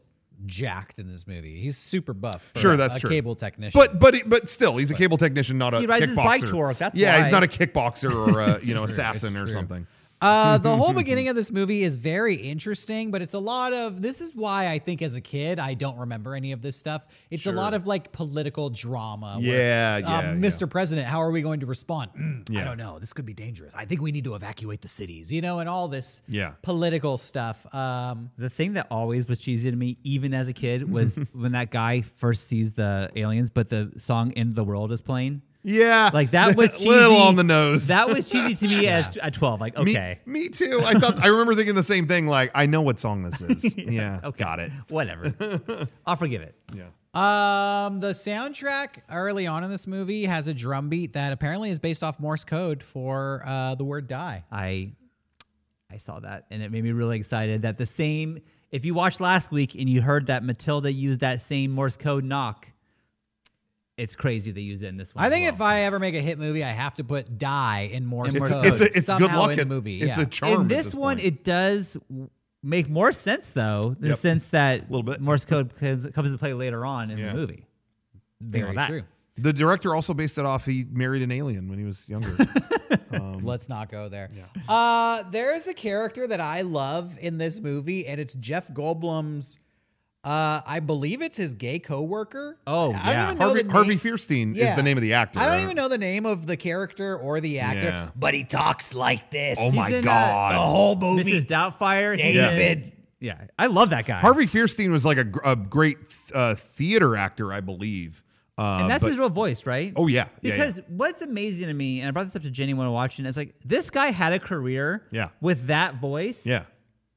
[SPEAKER 5] jacked in this movie. He's super buff. for
[SPEAKER 3] Sure,
[SPEAKER 5] a-
[SPEAKER 3] that's
[SPEAKER 5] a
[SPEAKER 3] true.
[SPEAKER 5] Cable technician.
[SPEAKER 3] But but it- but still, he's a cable technician, not a
[SPEAKER 4] He rides
[SPEAKER 3] kickboxer.
[SPEAKER 4] his bike to work, that's
[SPEAKER 3] yeah, he's
[SPEAKER 4] why.
[SPEAKER 3] not a kickboxer or a you know assassin or something.
[SPEAKER 5] Uh, the whole beginning of this movie is very interesting, but it's a lot of this is why I think as a kid I don't remember any of this stuff. It's a lot of like political drama.
[SPEAKER 3] Yeah,
[SPEAKER 5] um,
[SPEAKER 3] yeah,
[SPEAKER 5] Mr. President, how are we going to respond? Mm, I
[SPEAKER 3] Yeah.
[SPEAKER 5] don't know. This could be dangerous. I think we need to evacuate the cities, you know, and all this
[SPEAKER 3] Yeah.
[SPEAKER 5] political stuff. Um,
[SPEAKER 4] The thing that always was cheesy to me, even as a kid, was when that guy first sees the aliens, but the song "End of the World" is playing.
[SPEAKER 3] Yeah,
[SPEAKER 4] Like that was cheesy.
[SPEAKER 3] little on the nose.
[SPEAKER 4] That was cheesy to me as at twelve. Like
[SPEAKER 3] me,
[SPEAKER 4] okay,
[SPEAKER 3] me too. I thought I remember thinking the same thing. Like I know what song this is. yeah,
[SPEAKER 4] okay.
[SPEAKER 3] got it.
[SPEAKER 4] whatever. I'll forgive it.
[SPEAKER 3] Yeah.
[SPEAKER 5] um, the soundtrack early on in this movie has a drum beat that apparently is based off Morse code for uh, the word die.
[SPEAKER 4] I I saw that and it made me really excited that the same if you watched last week and you heard that Matilda used that same Morse code knock it's crazy they use it in this one.
[SPEAKER 5] I
[SPEAKER 4] as
[SPEAKER 5] think
[SPEAKER 4] well.
[SPEAKER 5] if I ever make a hit movie, I have to put die in Morse
[SPEAKER 4] In Morse
[SPEAKER 3] It's,
[SPEAKER 5] code.
[SPEAKER 3] a, it's, a, it's good
[SPEAKER 5] somehow
[SPEAKER 3] luck.
[SPEAKER 5] in the
[SPEAKER 3] at-
[SPEAKER 5] movie.
[SPEAKER 3] It's
[SPEAKER 5] yeah.
[SPEAKER 3] a charm.
[SPEAKER 4] in
[SPEAKER 3] at
[SPEAKER 4] this, one,
[SPEAKER 3] point.
[SPEAKER 4] it does w- make more sense though, in the
[SPEAKER 3] Yep.
[SPEAKER 4] sense that
[SPEAKER 3] Little bit.
[SPEAKER 4] Morse code comes, comes into play later on in
[SPEAKER 3] Yeah.
[SPEAKER 4] the movie.
[SPEAKER 5] very
[SPEAKER 4] about that.
[SPEAKER 5] true.
[SPEAKER 3] the director also based it off. He married an alien when he was younger. Um,
[SPEAKER 5] Let's not go there. Uh, there is a character that I love in this movie, and it's Jeff Goldblum's. Uh, I believe it's his gay coworker.
[SPEAKER 4] Oh,
[SPEAKER 5] I don't
[SPEAKER 4] yeah.
[SPEAKER 5] even know
[SPEAKER 3] Harvey,
[SPEAKER 5] the
[SPEAKER 3] Harvey
[SPEAKER 5] name-
[SPEAKER 3] Fierstein is
[SPEAKER 5] Yeah.
[SPEAKER 3] the name of the actor.
[SPEAKER 5] I don't even know the name of the character or the actor,
[SPEAKER 3] Yeah.
[SPEAKER 5] but he talks like this.
[SPEAKER 3] Oh my
[SPEAKER 4] in, uh,
[SPEAKER 3] god!
[SPEAKER 5] The whole movie.
[SPEAKER 4] Mrs. Doubtfire, he's
[SPEAKER 5] David.
[SPEAKER 4] in- yeah, I love that guy.
[SPEAKER 3] Harvey Fierstein was like a, gr- a great uh, theater actor, I believe. Uh,
[SPEAKER 4] and that's
[SPEAKER 3] but-
[SPEAKER 4] his real voice, right?
[SPEAKER 3] Oh, yeah. Yeah, yeah.
[SPEAKER 4] Because what's amazing to me, and I brought this up to Jenny when I was watching, it's like this guy had a career.
[SPEAKER 3] Yeah.
[SPEAKER 4] With that voice.
[SPEAKER 3] yeah,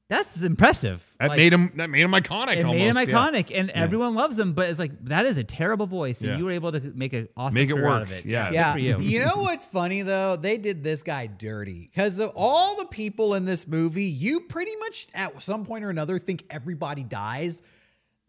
[SPEAKER 4] That's impressive.
[SPEAKER 3] that
[SPEAKER 4] Like,
[SPEAKER 3] made him that made him iconic.
[SPEAKER 4] It
[SPEAKER 3] almost,
[SPEAKER 4] made him
[SPEAKER 3] yeah.
[SPEAKER 4] iconic, and everyone loves him. But it's like that is a terrible voice, and
[SPEAKER 3] Yeah.
[SPEAKER 4] you were able to make an awesome
[SPEAKER 3] Make it
[SPEAKER 4] career out
[SPEAKER 3] work.
[SPEAKER 4] of it.
[SPEAKER 3] Yeah.
[SPEAKER 4] good
[SPEAKER 5] yeah.
[SPEAKER 4] for you.
[SPEAKER 5] know what's funny though? They did this guy dirty because of all the people in this movie, you pretty much at some point or another think everybody dies.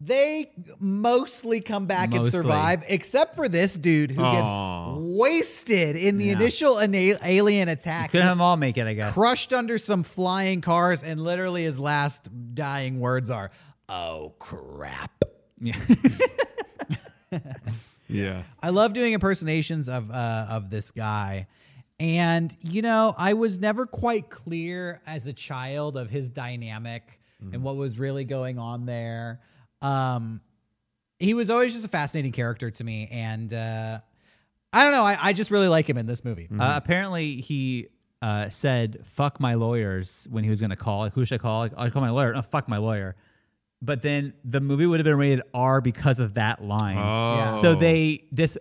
[SPEAKER 5] They mostly come back and
[SPEAKER 4] Mostly.
[SPEAKER 5] survive, except for this dude who
[SPEAKER 3] Aw.
[SPEAKER 5] gets wasted in the
[SPEAKER 4] Yeah.
[SPEAKER 5] initial ana- alien attack.
[SPEAKER 4] Could have
[SPEAKER 5] Gets
[SPEAKER 4] them all make it, I guess.
[SPEAKER 5] crushed under some flying cars, and literally his last dying words are, "Oh crap."
[SPEAKER 4] Yeah.
[SPEAKER 3] Yeah,
[SPEAKER 5] I love doing impersonations of uh, of this guy. And you know, I was never quite clear as a child of his dynamic
[SPEAKER 4] Mm-hmm.
[SPEAKER 5] and what was really going on there. Um, he was always just a fascinating character to me, and uh, I don't know. I, I just really like him in this movie.
[SPEAKER 3] Mm-hmm.
[SPEAKER 4] Uh, apparently, he uh, said "fuck my lawyers" when he was going to call. Like, who should I call? Like, I'll call my lawyer. No, fuck my lawyer. But then the movie would have been rated R because of that line.
[SPEAKER 3] Oh.
[SPEAKER 4] So they just.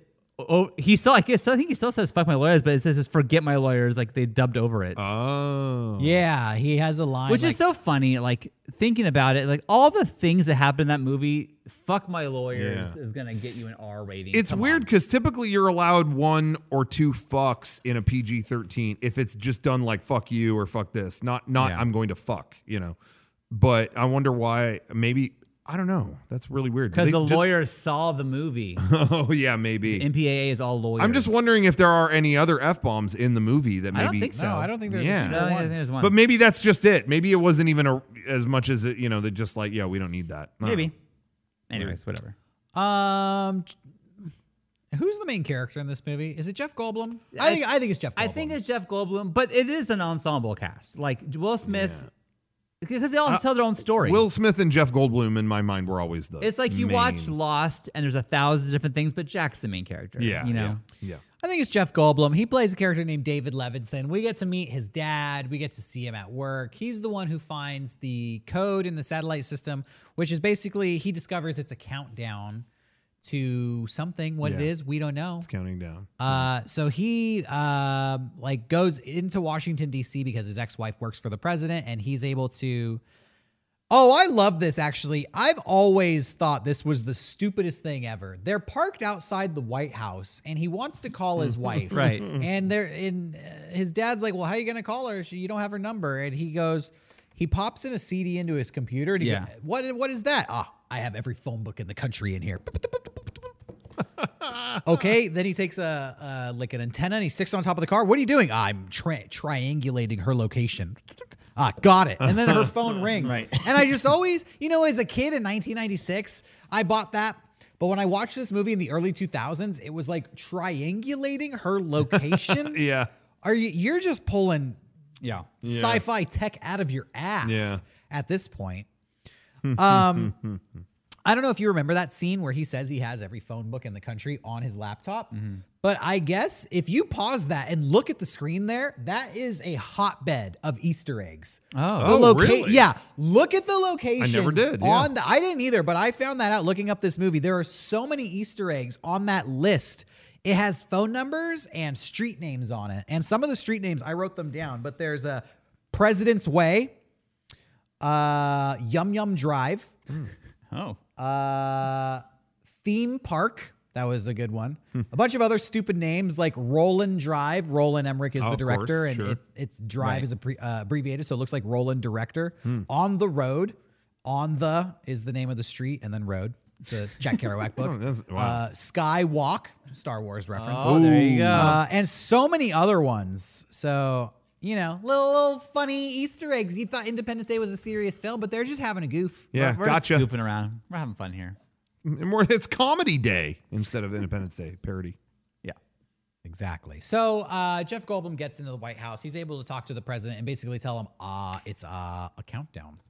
[SPEAKER 4] Oh, he still. I guess I think he still says "fuck my lawyers," but it says just "forget my lawyers." Like they dubbed over it,
[SPEAKER 3] oh,
[SPEAKER 5] Yeah, he has a line
[SPEAKER 4] which
[SPEAKER 5] like,
[SPEAKER 4] is so funny. Like thinking about it, like all the things that happened in that movie. "Fuck my lawyers"
[SPEAKER 3] Yeah.
[SPEAKER 4] is gonna get you an R rating.
[SPEAKER 3] It's
[SPEAKER 4] Come on.
[SPEAKER 3] weird because typically you're allowed one or two fucks in a PG thirteen if it's just done like fuck you or fuck this, not not
[SPEAKER 4] Yeah.
[SPEAKER 3] I'm going to fuck, you know. But I wonder why. Maybe I don't know. That's really weird.
[SPEAKER 4] because
[SPEAKER 3] They
[SPEAKER 4] the
[SPEAKER 3] ju-
[SPEAKER 4] lawyer saw the movie.
[SPEAKER 3] oh yeah, maybe.
[SPEAKER 4] MPAA is all lawyers.
[SPEAKER 3] I'm just wondering if there are any other f bombs in the movie that
[SPEAKER 4] I
[SPEAKER 3] maybe.
[SPEAKER 4] don't think so.
[SPEAKER 5] No, I don't think there's
[SPEAKER 3] Yeah.
[SPEAKER 5] a
[SPEAKER 4] I
[SPEAKER 5] single
[SPEAKER 4] don't think- I
[SPEAKER 5] one.
[SPEAKER 4] think there's one.
[SPEAKER 3] But maybe that's just it. Maybe it wasn't even a, as much as it, you know. They're just like, yeah, we don't need that. I don't
[SPEAKER 4] maybe.
[SPEAKER 3] know.
[SPEAKER 4] Anyways, whatever.
[SPEAKER 5] Um, who's the main character in this movie? Is it Jeff Goldblum? I, think I think it's Jeff. Goldblum.
[SPEAKER 4] I think it's Jeff Goldblum, but it is an ensemble cast. Like Will Smith, because they all tell their own story.
[SPEAKER 3] Uh, Will Smith and Jeff Goldblum in my mind were always the.
[SPEAKER 4] it's like you
[SPEAKER 3] main-
[SPEAKER 4] watch Lost, and there's a thousand different things, but Jack's the main character.
[SPEAKER 3] Yeah,
[SPEAKER 4] you know.
[SPEAKER 3] yeah, yeah.
[SPEAKER 5] I think it's Jeff Goldblum. He plays a character named David Levinson. We get to meet his dad. We get to see him at work. He's the one who finds the code in the satellite system, which is basically he discovers it's a countdown to something. What it
[SPEAKER 3] Yeah.
[SPEAKER 5] is, we don't know.
[SPEAKER 3] Counting down.
[SPEAKER 5] Uh, so he um like goes into Washington D.C. because his ex-wife works for the president, and he's able to. Oh, I love this actually. I've always thought this was the stupidest thing ever. They're parked outside the White House, and he wants to call his wife,
[SPEAKER 4] Right.
[SPEAKER 5] And they're in. Uh, his dad's like, "Well, how are you gonna call her? She, you don't have her number." And he goes, he pops in a CD into his computer, and he
[SPEAKER 4] Yeah.
[SPEAKER 5] goes, "What? What is that? Ah, I have every phone book in the country in here." Okay, then he takes a uh, like an antenna and he sticks it on top of the car. What are you doing? I'm tri- triangulating her location. Ah, got it. And then her phone rings.
[SPEAKER 4] Right.
[SPEAKER 5] And I just always, you know, as a kid in 1996, I bought that. But when I watched this movie in the early 2000s, it was like triangulating her location.
[SPEAKER 3] Yeah.
[SPEAKER 5] Are you? You're just pulling
[SPEAKER 4] Yeah.
[SPEAKER 5] sci-fi tech out of your ass
[SPEAKER 3] Yeah.
[SPEAKER 5] at this point. Um, I don't know if you remember that scene where he says he has every phone book in the country on his laptop, but I guess if you pause that and look at the screen there, that is a hotbed of Easter eggs.
[SPEAKER 4] Oh.
[SPEAKER 5] The
[SPEAKER 3] Oh, really?
[SPEAKER 5] Yeah, look at the location.
[SPEAKER 3] did, yeah.
[SPEAKER 5] On the, I didn't either, but I found that out looking up this movie. There are so many Easter eggs on that list. It has phone numbers and street names on it, and some of the street names I wrote them down. But there's a President's Way, uh, Yum Yum Drive,
[SPEAKER 4] Oh.
[SPEAKER 5] uh, Theme Park. That was a good one.
[SPEAKER 3] Hmm.
[SPEAKER 5] A bunch of other stupid names like Roland Drive. Roland Emmerich is
[SPEAKER 3] Oh,
[SPEAKER 5] the
[SPEAKER 3] of
[SPEAKER 5] director,
[SPEAKER 3] course,
[SPEAKER 5] and
[SPEAKER 3] sure.
[SPEAKER 5] it, it's Drive is abbri- uh, abbreviated, so it looks like
[SPEAKER 3] Hmm.
[SPEAKER 5] Roland Director. On the Road. On the is the name of the street, and then Road. It's a Jack Kerouac book.
[SPEAKER 3] Oh, that's- wow.
[SPEAKER 5] uh, Skywalk, Star Wars reference.
[SPEAKER 4] Oh, there you go.
[SPEAKER 5] Uh, and so many other ones. So, you know, little, little funny Easter eggs. You thought Independence Day was a serious film, but they're just having a goof.
[SPEAKER 3] Yeah,
[SPEAKER 4] We're just
[SPEAKER 3] gotcha.
[SPEAKER 4] goofing around. We're having fun here.
[SPEAKER 3] More, it's Comedy Day instead of Independence Day parody.
[SPEAKER 4] Yeah.
[SPEAKER 5] Exactly. So uh, Jeff Goldblum gets into the White House. He's able to talk to the president and basically tell him, ah, it's uh, a countdown.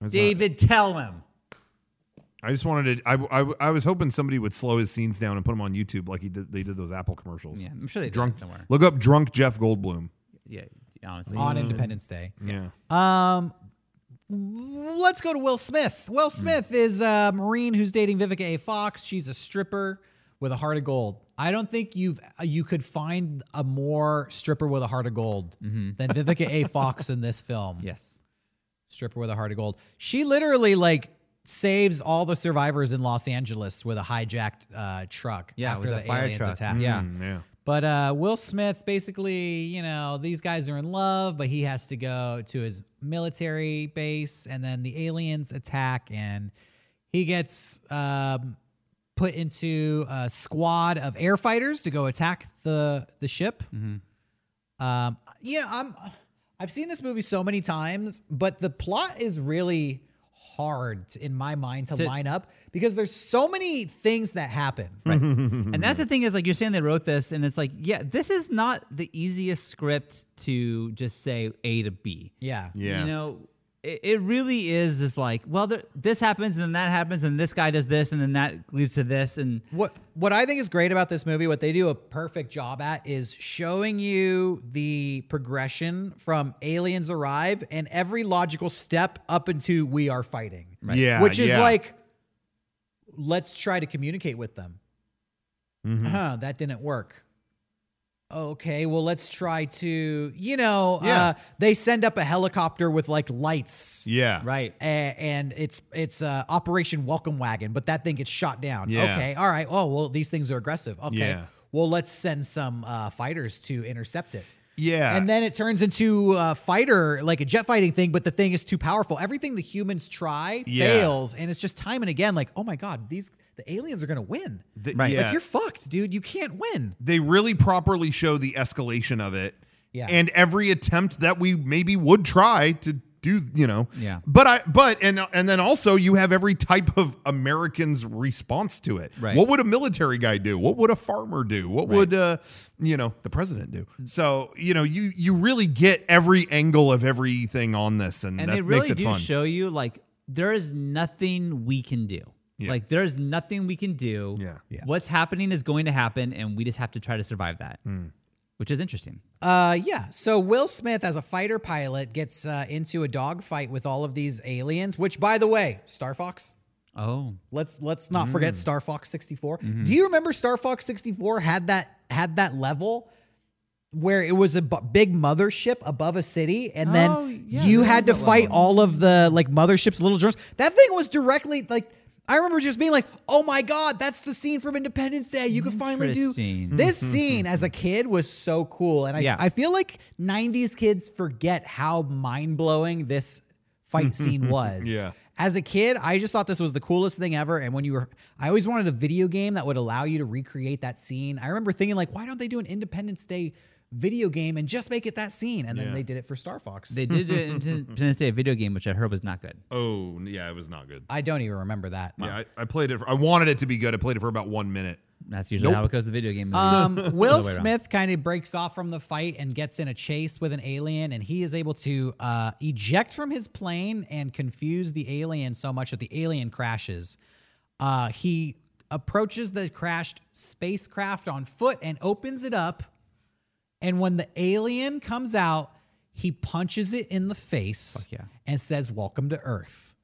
[SPEAKER 3] That's not-
[SPEAKER 4] David, tell him.
[SPEAKER 3] uh, I just wanted to. I, I, I was hoping somebody would slow his scenes down and put them on YouTube like he did. They did those Apple commercials.
[SPEAKER 4] Yeah, I'm sure they did
[SPEAKER 3] drunk
[SPEAKER 4] it somewhere.
[SPEAKER 3] Look up drunk Jeff Goldblum.
[SPEAKER 4] Yeah, honestly.
[SPEAKER 5] on Independence Day.
[SPEAKER 3] Yeah.
[SPEAKER 5] Um, let's go to Will Smith. Will Smith is a Marine who's dating Vivica A. Fox. She's a stripper with a heart of gold. I don't think you've uh, you could find a more stripper with a heart of gold than Vivica A. Fox in this film.
[SPEAKER 4] Yes.
[SPEAKER 5] Stripper with a heart of gold. She literally like saves all the survivors in Los Angeles with a hijacked uh, truck
[SPEAKER 4] Yeah,
[SPEAKER 5] after
[SPEAKER 4] with
[SPEAKER 5] the
[SPEAKER 4] a fire
[SPEAKER 5] aliens
[SPEAKER 4] truck. Mm-hmm.
[SPEAKER 5] attack.
[SPEAKER 4] Yeah.
[SPEAKER 3] Mm, yeah.
[SPEAKER 5] But uh, Will Smith, basically, you know, these guys are in love, but he has to go to his military base, and then the aliens attack, and he gets um, put into a squad of air fighters to go attack the the ship. Um, you know, I'm I've seen this movie so many times, but the plot is really hard in my mind to,
[SPEAKER 4] To-
[SPEAKER 5] line up because there's so many things that happen.
[SPEAKER 4] Right. and that's the thing is like you're saying they wrote this and it's like, yeah, this is not the easiest script to just say A to B.
[SPEAKER 5] Yeah.
[SPEAKER 3] Yeah.
[SPEAKER 4] You know, it, it really is just like, well, there, this happens and then that happens and this guy does this and then that leads to this and
[SPEAKER 5] What what I think is great about this movie, what they do a perfect job at is showing you the progression from aliens arrive and every logical step up into we are fighting.
[SPEAKER 4] Right.
[SPEAKER 3] Yeah.
[SPEAKER 5] Which is
[SPEAKER 3] yeah.
[SPEAKER 5] like let's try to communicate with them.
[SPEAKER 3] Hmm. Mm-hmm.
[SPEAKER 5] Huh, that didn't work. Okay, well let's try to, you know, uh,
[SPEAKER 3] Yeah.
[SPEAKER 5] they send up a helicopter with like lights.
[SPEAKER 3] Yeah.
[SPEAKER 4] right.
[SPEAKER 5] A- and it's it's uh, Operation Welcome Wagon, but that thing gets shot down.
[SPEAKER 3] Yeah.
[SPEAKER 5] Okay, all right. Oh well, these things are aggressive. Okay,
[SPEAKER 3] Yeah.
[SPEAKER 5] well let's send some uh, fighters to intercept it.
[SPEAKER 3] Yeah.
[SPEAKER 5] And then it turns into a fighter, like a jet fighting thing, but the thing is too powerful. Everything the humans try
[SPEAKER 3] Yeah.
[SPEAKER 5] fails, and it's just time and again, like, oh my god, these the aliens are gonna win.
[SPEAKER 3] Th-
[SPEAKER 4] Right.
[SPEAKER 3] yeah.
[SPEAKER 5] Like you're fucked, dude. You can't win.
[SPEAKER 3] they really properly show the escalation of it.
[SPEAKER 5] Yeah.
[SPEAKER 3] And every attempt that we maybe would try to do, you know.
[SPEAKER 4] Yeah.
[SPEAKER 3] But I but and and then also you have every type of American's response to it.
[SPEAKER 4] Right.
[SPEAKER 3] What would a military guy do? What would a farmer do? What would uh you know, the president do? So, you know, you you really get every angle of everything on this and,
[SPEAKER 4] and
[SPEAKER 3] that
[SPEAKER 4] they really
[SPEAKER 3] makes it
[SPEAKER 4] do
[SPEAKER 3] fun.
[SPEAKER 4] show you like there is nothing we can do.
[SPEAKER 3] Yeah.
[SPEAKER 4] Like there is nothing we can do.
[SPEAKER 3] Yeah. Yeah.
[SPEAKER 4] What's happening is going to happen, and we just have to try to survive that,
[SPEAKER 3] Hmm.
[SPEAKER 4] which is interesting.
[SPEAKER 5] Uh, yeah. So Will Smith, as a fighter pilot, gets uh, into a dogfight with all of these aliens. Which, by the way, Star Fox.
[SPEAKER 4] Oh,
[SPEAKER 5] Let's let's not forget
[SPEAKER 4] Mm.
[SPEAKER 5] Star Fox 64.
[SPEAKER 4] Mm-hmm.
[SPEAKER 5] Do you remember Star Fox 64 had that had that level where it was a bu- big mothership above a city and
[SPEAKER 4] Oh,
[SPEAKER 5] then
[SPEAKER 4] yeah,
[SPEAKER 5] you
[SPEAKER 4] there
[SPEAKER 5] had to
[SPEAKER 4] was that
[SPEAKER 5] fight
[SPEAKER 4] level.
[SPEAKER 5] all of the like mothership's little drones. That thing was directly like I remember just being like, "Oh my god, that's the scene from Independence Day. You can finally do
[SPEAKER 4] Interesting.
[SPEAKER 5] this scene." As a kid was so cool, and I
[SPEAKER 4] Yeah.
[SPEAKER 5] I feel like '90s kids forget how mind blowing this fight scene was
[SPEAKER 3] Yeah.
[SPEAKER 5] as a kid, I just thought this was the coolest thing ever. And when you were, I always wanted a video game that would allow you to recreate that scene. I remember thinking, like, why don't they do an Independence Day video game and just make it that scene? And then they did it for Star Fox.
[SPEAKER 4] they did it in Independence Day a video game, which I heard was not good.
[SPEAKER 3] oh, yeah, it was not
[SPEAKER 4] Uh,
[SPEAKER 3] good.
[SPEAKER 5] I don't even remember that.
[SPEAKER 3] Yeah, I, I played it. For, I wanted it to be good. I played it for about one minute.
[SPEAKER 4] That's usually
[SPEAKER 3] Nope.
[SPEAKER 4] how it goes. The video game. movies.
[SPEAKER 5] Um, Will
[SPEAKER 4] way around.
[SPEAKER 5] Smith kind of breaks off from the fight and gets in a chase with an alien, and he is able to uh, eject from his plane and confuse the alien so much that the alien crashes. Uh, he approaches the crashed spacecraft on foot and opens it up. And when the alien comes out, he punches it in the face
[SPEAKER 4] Fuck yeah.
[SPEAKER 5] and says, Welcome to Earth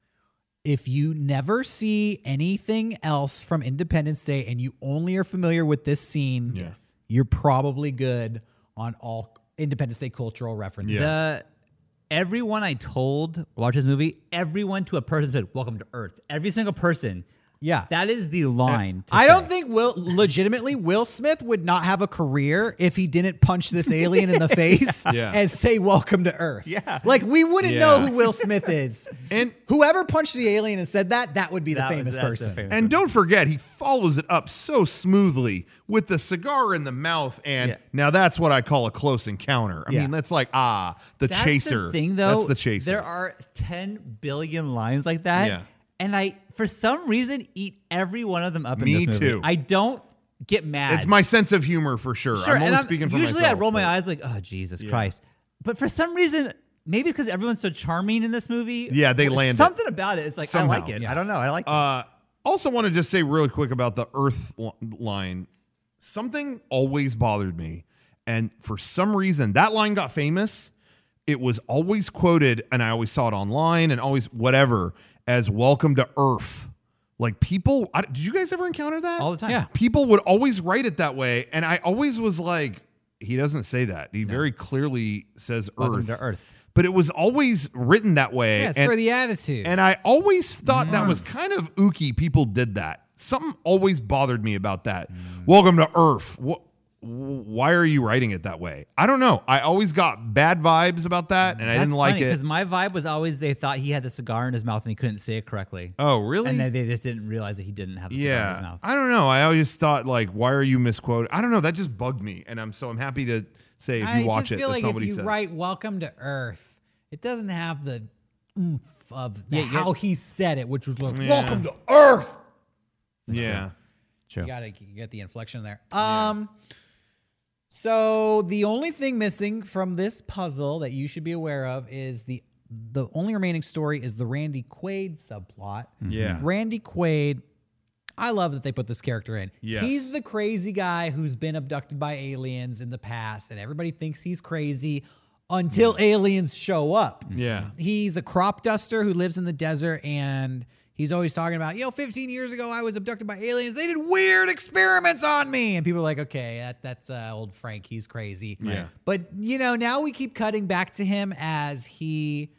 [SPEAKER 5] if you never see anything else from Independence Day and you only are familiar with this scene,
[SPEAKER 3] Yes.
[SPEAKER 5] you're probably good on all Independence Day cultural references.
[SPEAKER 3] Yeah.
[SPEAKER 4] the everyone I told watch this movie, everyone to a person said, "Welcome to Earth." Every single person.
[SPEAKER 5] Yeah.
[SPEAKER 4] That is the line. to
[SPEAKER 5] I don't
[SPEAKER 4] say.
[SPEAKER 5] think Will legitimately Will Smith would not have a career if he didn't punch this alien in the face
[SPEAKER 3] Yeah.
[SPEAKER 5] and say welcome to Earth.
[SPEAKER 4] Yeah.
[SPEAKER 5] Like we wouldn't know
[SPEAKER 3] Yeah.
[SPEAKER 5] who Will Smith is.
[SPEAKER 3] And
[SPEAKER 5] Whoever punched the alien and said that, that would be the
[SPEAKER 4] That was-
[SPEAKER 5] famous
[SPEAKER 4] that's a
[SPEAKER 5] person.
[SPEAKER 4] famous
[SPEAKER 3] and don't forget, he follows it up so smoothly with the cigar in the mouth, and
[SPEAKER 4] Yeah.
[SPEAKER 3] now that's what I call a close encounter. I
[SPEAKER 4] Yeah.
[SPEAKER 3] mean, that's like ah, the
[SPEAKER 4] That's the
[SPEAKER 3] chaser.
[SPEAKER 4] thing though.
[SPEAKER 3] that's the chaser.
[SPEAKER 4] There are 10 billion lines like that.
[SPEAKER 3] Yeah.
[SPEAKER 4] And I, for some reason, eat every one of them up.
[SPEAKER 3] Me
[SPEAKER 4] in this movie.
[SPEAKER 3] too.
[SPEAKER 4] I don't get mad.
[SPEAKER 3] it's my sense of humor for sure.
[SPEAKER 4] Sure,
[SPEAKER 3] I'm
[SPEAKER 4] and
[SPEAKER 3] only speaking for
[SPEAKER 4] usually
[SPEAKER 3] myself.
[SPEAKER 4] I roll my
[SPEAKER 3] but-
[SPEAKER 4] eyes like, oh Jesus Christ! But for some reason, maybe because everyone's so charming in this movie.
[SPEAKER 3] Yeah, they land it.
[SPEAKER 4] something about it. It's like I like
[SPEAKER 3] Somehow.
[SPEAKER 4] it. I don't know. I like it.
[SPEAKER 3] Uh, also, want to just say really quick about the Earth li- line. Something always bothered me, and for some reason, that line got famous. It was always quoted, and I always saw it online, and always whatever as "Welcome to Earth." Like people, I, did you guys ever encounter that?
[SPEAKER 4] all the time.
[SPEAKER 5] yeah.
[SPEAKER 3] people would always write it that way, and I always was like, "He doesn't say that. He very clearly says
[SPEAKER 4] Welcome
[SPEAKER 3] Earth."
[SPEAKER 4] to Earth.
[SPEAKER 3] But it was always written that way.
[SPEAKER 5] Yeah, it's
[SPEAKER 3] and-
[SPEAKER 5] for the attitude.
[SPEAKER 3] and I always thought that
[SPEAKER 4] Mm.
[SPEAKER 3] was kind of ooky. People did that. Something always bothered me about that. Welcome to Earth. Wh- wh- Why are you writing it that way? I don't know. I always got bad vibes about that, and I didn't like it.
[SPEAKER 4] because my vibe was always they thought he had the cigar in his mouth and he couldn't say it correctly,
[SPEAKER 3] oh, really?
[SPEAKER 4] and then they just didn't realize that he didn't have the cigar in his
[SPEAKER 3] yeah.
[SPEAKER 4] mouth.
[SPEAKER 3] I don't know. I always thought like, why are you misquoted? I don't know. That just bugged me, and I'm so I'm happy to say if you
[SPEAKER 5] I
[SPEAKER 3] watch
[SPEAKER 5] just
[SPEAKER 3] it,
[SPEAKER 5] feel
[SPEAKER 3] that
[SPEAKER 5] like if
[SPEAKER 3] somebody
[SPEAKER 5] you
[SPEAKER 3] says.
[SPEAKER 5] write welcome to Earth, it doesn't have the oomph of the,
[SPEAKER 4] Yeah, yeah.
[SPEAKER 5] how he said it, which was like,
[SPEAKER 3] Yeah.
[SPEAKER 5] welcome to Earth.
[SPEAKER 3] yeah.
[SPEAKER 4] True.
[SPEAKER 5] You gotta g- get the inflection there. Um. So the only thing missing from this puzzle that you should be aware of is the the only remaining story is the Randy Quaid subplot.
[SPEAKER 3] Yeah.
[SPEAKER 5] Randy Quaid. I love that they put this character in.
[SPEAKER 3] Yes.
[SPEAKER 5] He's the crazy guy who's been abducted by aliens in the past, and everybody thinks he's crazy until aliens show up
[SPEAKER 3] Yeah.
[SPEAKER 5] he's a crop duster who lives in the desert and he's always talking about you know 15 years ago i was abducted by aliens they did weird experiments on me and people are like okay that, that's uh, old frank he's crazy
[SPEAKER 3] Yeah.
[SPEAKER 5] but you know now we keep cutting back to him as he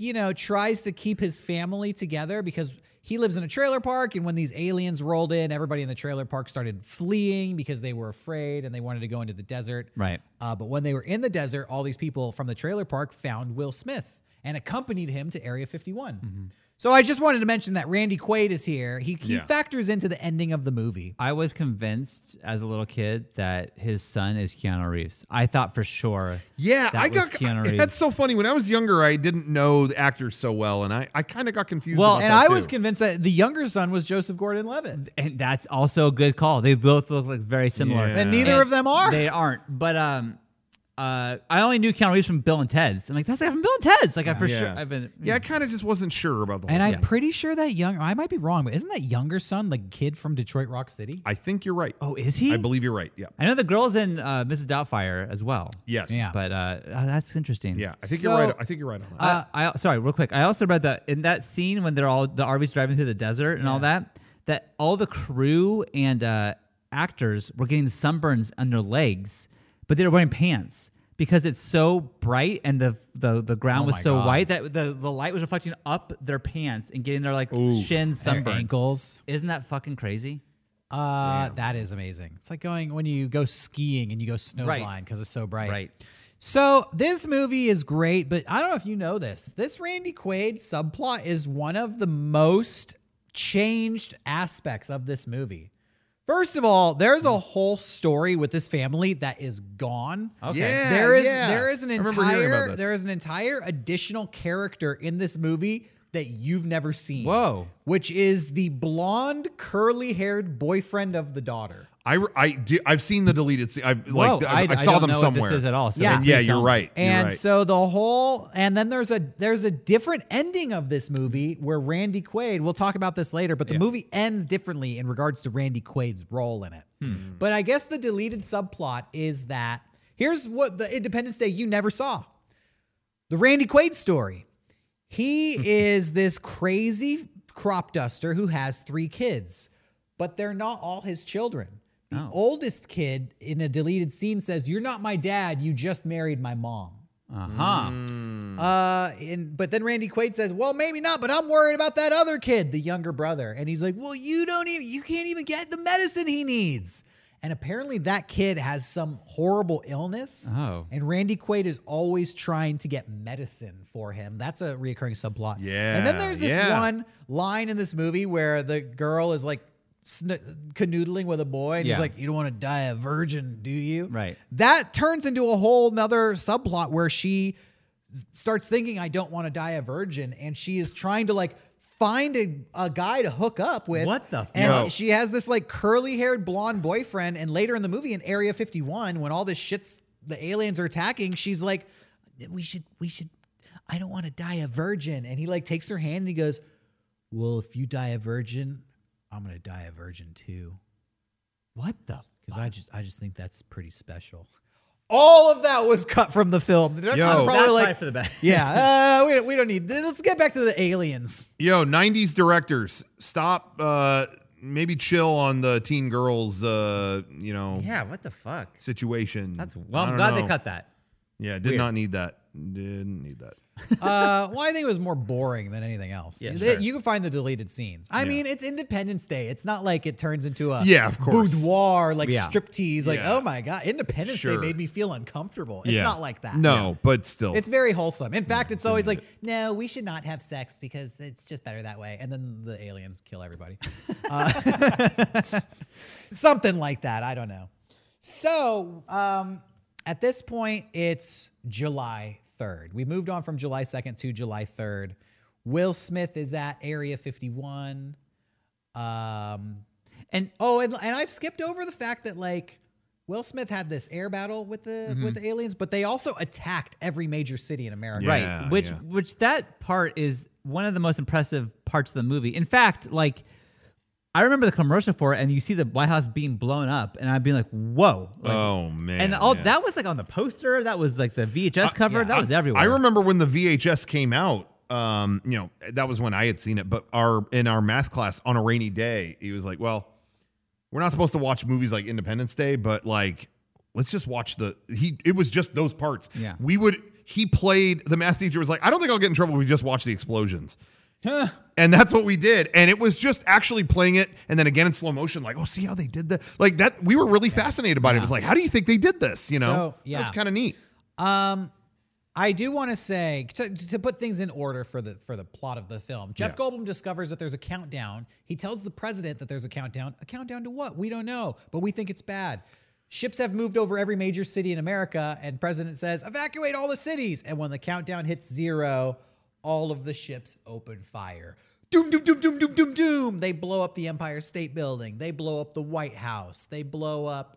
[SPEAKER 5] you know, tries to keep his family together because he lives in a trailer park. And when these aliens rolled in, everybody in the trailer park started fleeing because they were afraid and they wanted to go into the desert.
[SPEAKER 4] Right.
[SPEAKER 5] Uh, but when they were in the desert, all these people from the trailer park found Will Smith and accompanied him to Area 51.
[SPEAKER 3] Mm-hmm.
[SPEAKER 5] So I just wanted to mention that Randy Quaid is here. He, he
[SPEAKER 3] Yeah.
[SPEAKER 5] factors into the ending of the movie.
[SPEAKER 4] I was convinced as a little kid that his son is Keanu Reeves. I thought for sure.
[SPEAKER 3] Yeah,
[SPEAKER 4] that
[SPEAKER 3] I
[SPEAKER 4] was
[SPEAKER 3] got.
[SPEAKER 4] Keanu Reeves.
[SPEAKER 3] That's so funny. When I was younger, I didn't know the actors so well, and I, I kind of got confused.
[SPEAKER 4] Well,
[SPEAKER 3] about
[SPEAKER 5] And
[SPEAKER 3] that,
[SPEAKER 5] I
[SPEAKER 3] too.
[SPEAKER 5] was convinced that the younger son was Joseph Gordon Levitt.
[SPEAKER 4] And that's also a good call. They both look like very similar.
[SPEAKER 3] Yeah.
[SPEAKER 5] And neither
[SPEAKER 4] And
[SPEAKER 5] of them are.
[SPEAKER 4] They aren't. But um, uh, I only knew Keanu Reeves from Bill and Ted's. I'm like, that's like from Bill and Ted's. Like I for sure. I've been. hmm.
[SPEAKER 3] Yeah, I kind of just wasn't sure about the. Whole
[SPEAKER 5] And I'm
[SPEAKER 4] Yeah.
[SPEAKER 5] pretty sure that young, I might be wrong, but isn't that younger son the kid from Detroit Rock City?
[SPEAKER 3] I think you're right.
[SPEAKER 4] Oh, is he?
[SPEAKER 3] I believe you're right. Yeah.
[SPEAKER 4] I know the girls in uh, Mrs. Doubtfire as well.
[SPEAKER 3] Yes.
[SPEAKER 5] Yeah.
[SPEAKER 4] But uh, oh, that's interesting.
[SPEAKER 3] Yeah. I think
[SPEAKER 5] So-
[SPEAKER 3] you're right. I think you're right on that.
[SPEAKER 4] I, I sorry, real quick. I also read that in that scene when they're all the RV's driving through the desert and all that, that all the crew and uh, actors were getting sunburns on their legs, but they were wearing pants because it's so bright and the the, the
[SPEAKER 3] Oh
[SPEAKER 4] ground was so white that the, the light was reflecting up their pants and getting their like shin
[SPEAKER 5] Their
[SPEAKER 4] sunburn.
[SPEAKER 5] ankles.
[SPEAKER 4] Isn't that fucking crazy?
[SPEAKER 5] Uh, that is amazing. It's like going when you go skiing and you go snow
[SPEAKER 4] Right.
[SPEAKER 5] blind because it's so bright.
[SPEAKER 4] Right.
[SPEAKER 5] So this movie is great, but I don't know if you know this. This Randy Quaid subplot is one of the most changed aspects of this movie. First of all, there's
[SPEAKER 4] Hmm.
[SPEAKER 5] a whole story with this family that is gone.
[SPEAKER 4] Okay.
[SPEAKER 3] Yeah,
[SPEAKER 5] there is
[SPEAKER 3] yeah.
[SPEAKER 5] there is an
[SPEAKER 3] I remember hearing about
[SPEAKER 5] entire
[SPEAKER 3] this.
[SPEAKER 5] there is an entire additional character in this movie that you've never seen.
[SPEAKER 4] Whoa.
[SPEAKER 5] Which is the blonde, curly-haired boyfriend of the daughter.
[SPEAKER 3] I I do. I've seen the deleted scene. I like.
[SPEAKER 4] Whoa,
[SPEAKER 3] I, I
[SPEAKER 4] I
[SPEAKER 3] saw
[SPEAKER 4] don't
[SPEAKER 3] them
[SPEAKER 4] know what this
[SPEAKER 3] somewhere.
[SPEAKER 4] is at all, so
[SPEAKER 5] Yeah.
[SPEAKER 3] And yeah,
[SPEAKER 4] please
[SPEAKER 3] you're
[SPEAKER 4] don't.
[SPEAKER 3] right. You're
[SPEAKER 5] And
[SPEAKER 3] right.
[SPEAKER 5] so the whole and then there's a there's a different ending of this movie where Randy Quaid, we'll talk about this later, but the movie ends differently in regards to Randy Quaid's role in it.
[SPEAKER 3] Hmm.
[SPEAKER 5] But I guess the deleted subplot is that here's what the Independence Day you never saw. The Randy Quaid story. He is this crazy crop duster who has three kids, but they're not all his children. The oldest kid in a deleted scene says, You're not my dad, you just married my mom.
[SPEAKER 4] Uh huh.
[SPEAKER 5] Uh, and but then Randy Quaid says, "Well, maybe not, but I'm worried about that other kid, the younger brother." And he's like, "Well, you don't even you can't even get the medicine he needs." And apparently, that kid has some horrible illness.
[SPEAKER 4] Oh.
[SPEAKER 5] And Randy Quaid is always trying to get medicine for him. That's a reoccurring subplot. And
[SPEAKER 3] Yeah,
[SPEAKER 5] then there's this
[SPEAKER 3] yeah.
[SPEAKER 5] one line in this movie where the girl is like sn- canoodling with a boy and he's
[SPEAKER 4] Yeah.
[SPEAKER 5] like, You don't want to die a virgin, do you?
[SPEAKER 4] Right.
[SPEAKER 5] That turns into a whole nother subplot where she s- starts thinking, I don't want to die a virgin. And she is trying to like find a, a guy to hook up with.
[SPEAKER 4] What the
[SPEAKER 5] And
[SPEAKER 3] fuck?
[SPEAKER 5] she has this like curly haired blonde boyfriend. And later in the movie, in Area 51, when all this shit's the aliens are attacking, she's like, We should, we should, I don't want to die a virgin. And he like takes her hand and he goes, Well, if you die a virgin, I'm going to die a virgin too.
[SPEAKER 4] What the?
[SPEAKER 5] Because I just, I just think that's pretty special. All of that was cut from the film. The director's
[SPEAKER 3] Yo.
[SPEAKER 5] probably
[SPEAKER 4] That's
[SPEAKER 5] like,
[SPEAKER 4] probably for the best.
[SPEAKER 5] yeah, uh, we, don't, we don't need. Let's get back to the aliens.
[SPEAKER 3] Yo, 90s directors, stop uh maybe chill on the teen girls uh, you know,
[SPEAKER 4] Yeah. What the fuck?
[SPEAKER 3] situation.
[SPEAKER 4] That's well.
[SPEAKER 3] I
[SPEAKER 4] I'm
[SPEAKER 3] don't
[SPEAKER 4] glad
[SPEAKER 3] know.
[SPEAKER 4] they cut that.
[SPEAKER 3] Yeah, did
[SPEAKER 4] Weird.
[SPEAKER 3] not need that. Didn't need that.
[SPEAKER 5] Uh, well, I think it was more boring than anything else.
[SPEAKER 4] Yeah,
[SPEAKER 5] They-
[SPEAKER 4] sure.
[SPEAKER 5] You can find the deleted scenes. I mean, it's Independence Day. It's not like it turns into a
[SPEAKER 3] Yeah, of course.
[SPEAKER 5] boudoir like
[SPEAKER 4] Yeah.
[SPEAKER 5] striptease. Like,
[SPEAKER 3] Yeah.
[SPEAKER 5] oh my god, Independence Day
[SPEAKER 3] Sure.
[SPEAKER 5] made me feel uncomfortable. It's
[SPEAKER 3] yeah.
[SPEAKER 5] not like that.
[SPEAKER 3] No, but still.
[SPEAKER 5] It's very wholesome. In fact, it's always like, no, we should not have sex because it's just better that way. And then the aliens kill everybody. Uh, something like that. I don't know. So um, at this point, it's July 3rd. We moved on from July 2nd to July 3rd. Will Smith is at Area 51. Um,
[SPEAKER 4] And
[SPEAKER 5] Oh, and, and I've skipped over the fact that like Will Smith had this air battle with the with the aliens, but they also attacked every major city in America.
[SPEAKER 3] Yeah.
[SPEAKER 4] right which
[SPEAKER 3] yeah.
[SPEAKER 4] which that part is one of the most impressive parts of the movie in fact like i remember the commercial for it and you see the white house being blown up and i'd be like whoa Like,
[SPEAKER 3] oh man.
[SPEAKER 4] and all
[SPEAKER 3] yeah. Uh,
[SPEAKER 4] that was like on the poster that was like the vhs cover that was everywhere
[SPEAKER 3] I remember when the VHS came out. Um, you know, that was when I had seen it. But our in our math class on a rainy day, he was like, "Well, we're not supposed to watch movies like Independence Day, but like, let's just watch the he." It was just those parts.
[SPEAKER 4] Yeah.
[SPEAKER 3] we would. He played. The math teacher was like, "I don't think I'll get in trouble if we just watch the explosions." And that's what we did. And it was just actually playing it and then again in slow motion, like, oh, see how they did that? Like that we were really fascinated by it. It was like, how do you think they did this? You know?
[SPEAKER 5] So,
[SPEAKER 3] That
[SPEAKER 5] yeah.
[SPEAKER 3] was kind of neat.
[SPEAKER 5] Um, I do want to say to, to put things in order for the for the plot of the film. Jeff Goldblum discovers that there's a countdown. He tells the president that there's a countdown. A countdown to what? We don't know, but we think it's bad. Ships have moved over every major city in America, and president says evacuate all the cities. And when the countdown hits zero, all of the ships open fire. Doom, doom, doom, doom, doom, doom, doom. They blow up the Empire State Building. They blow up the White House. They blow up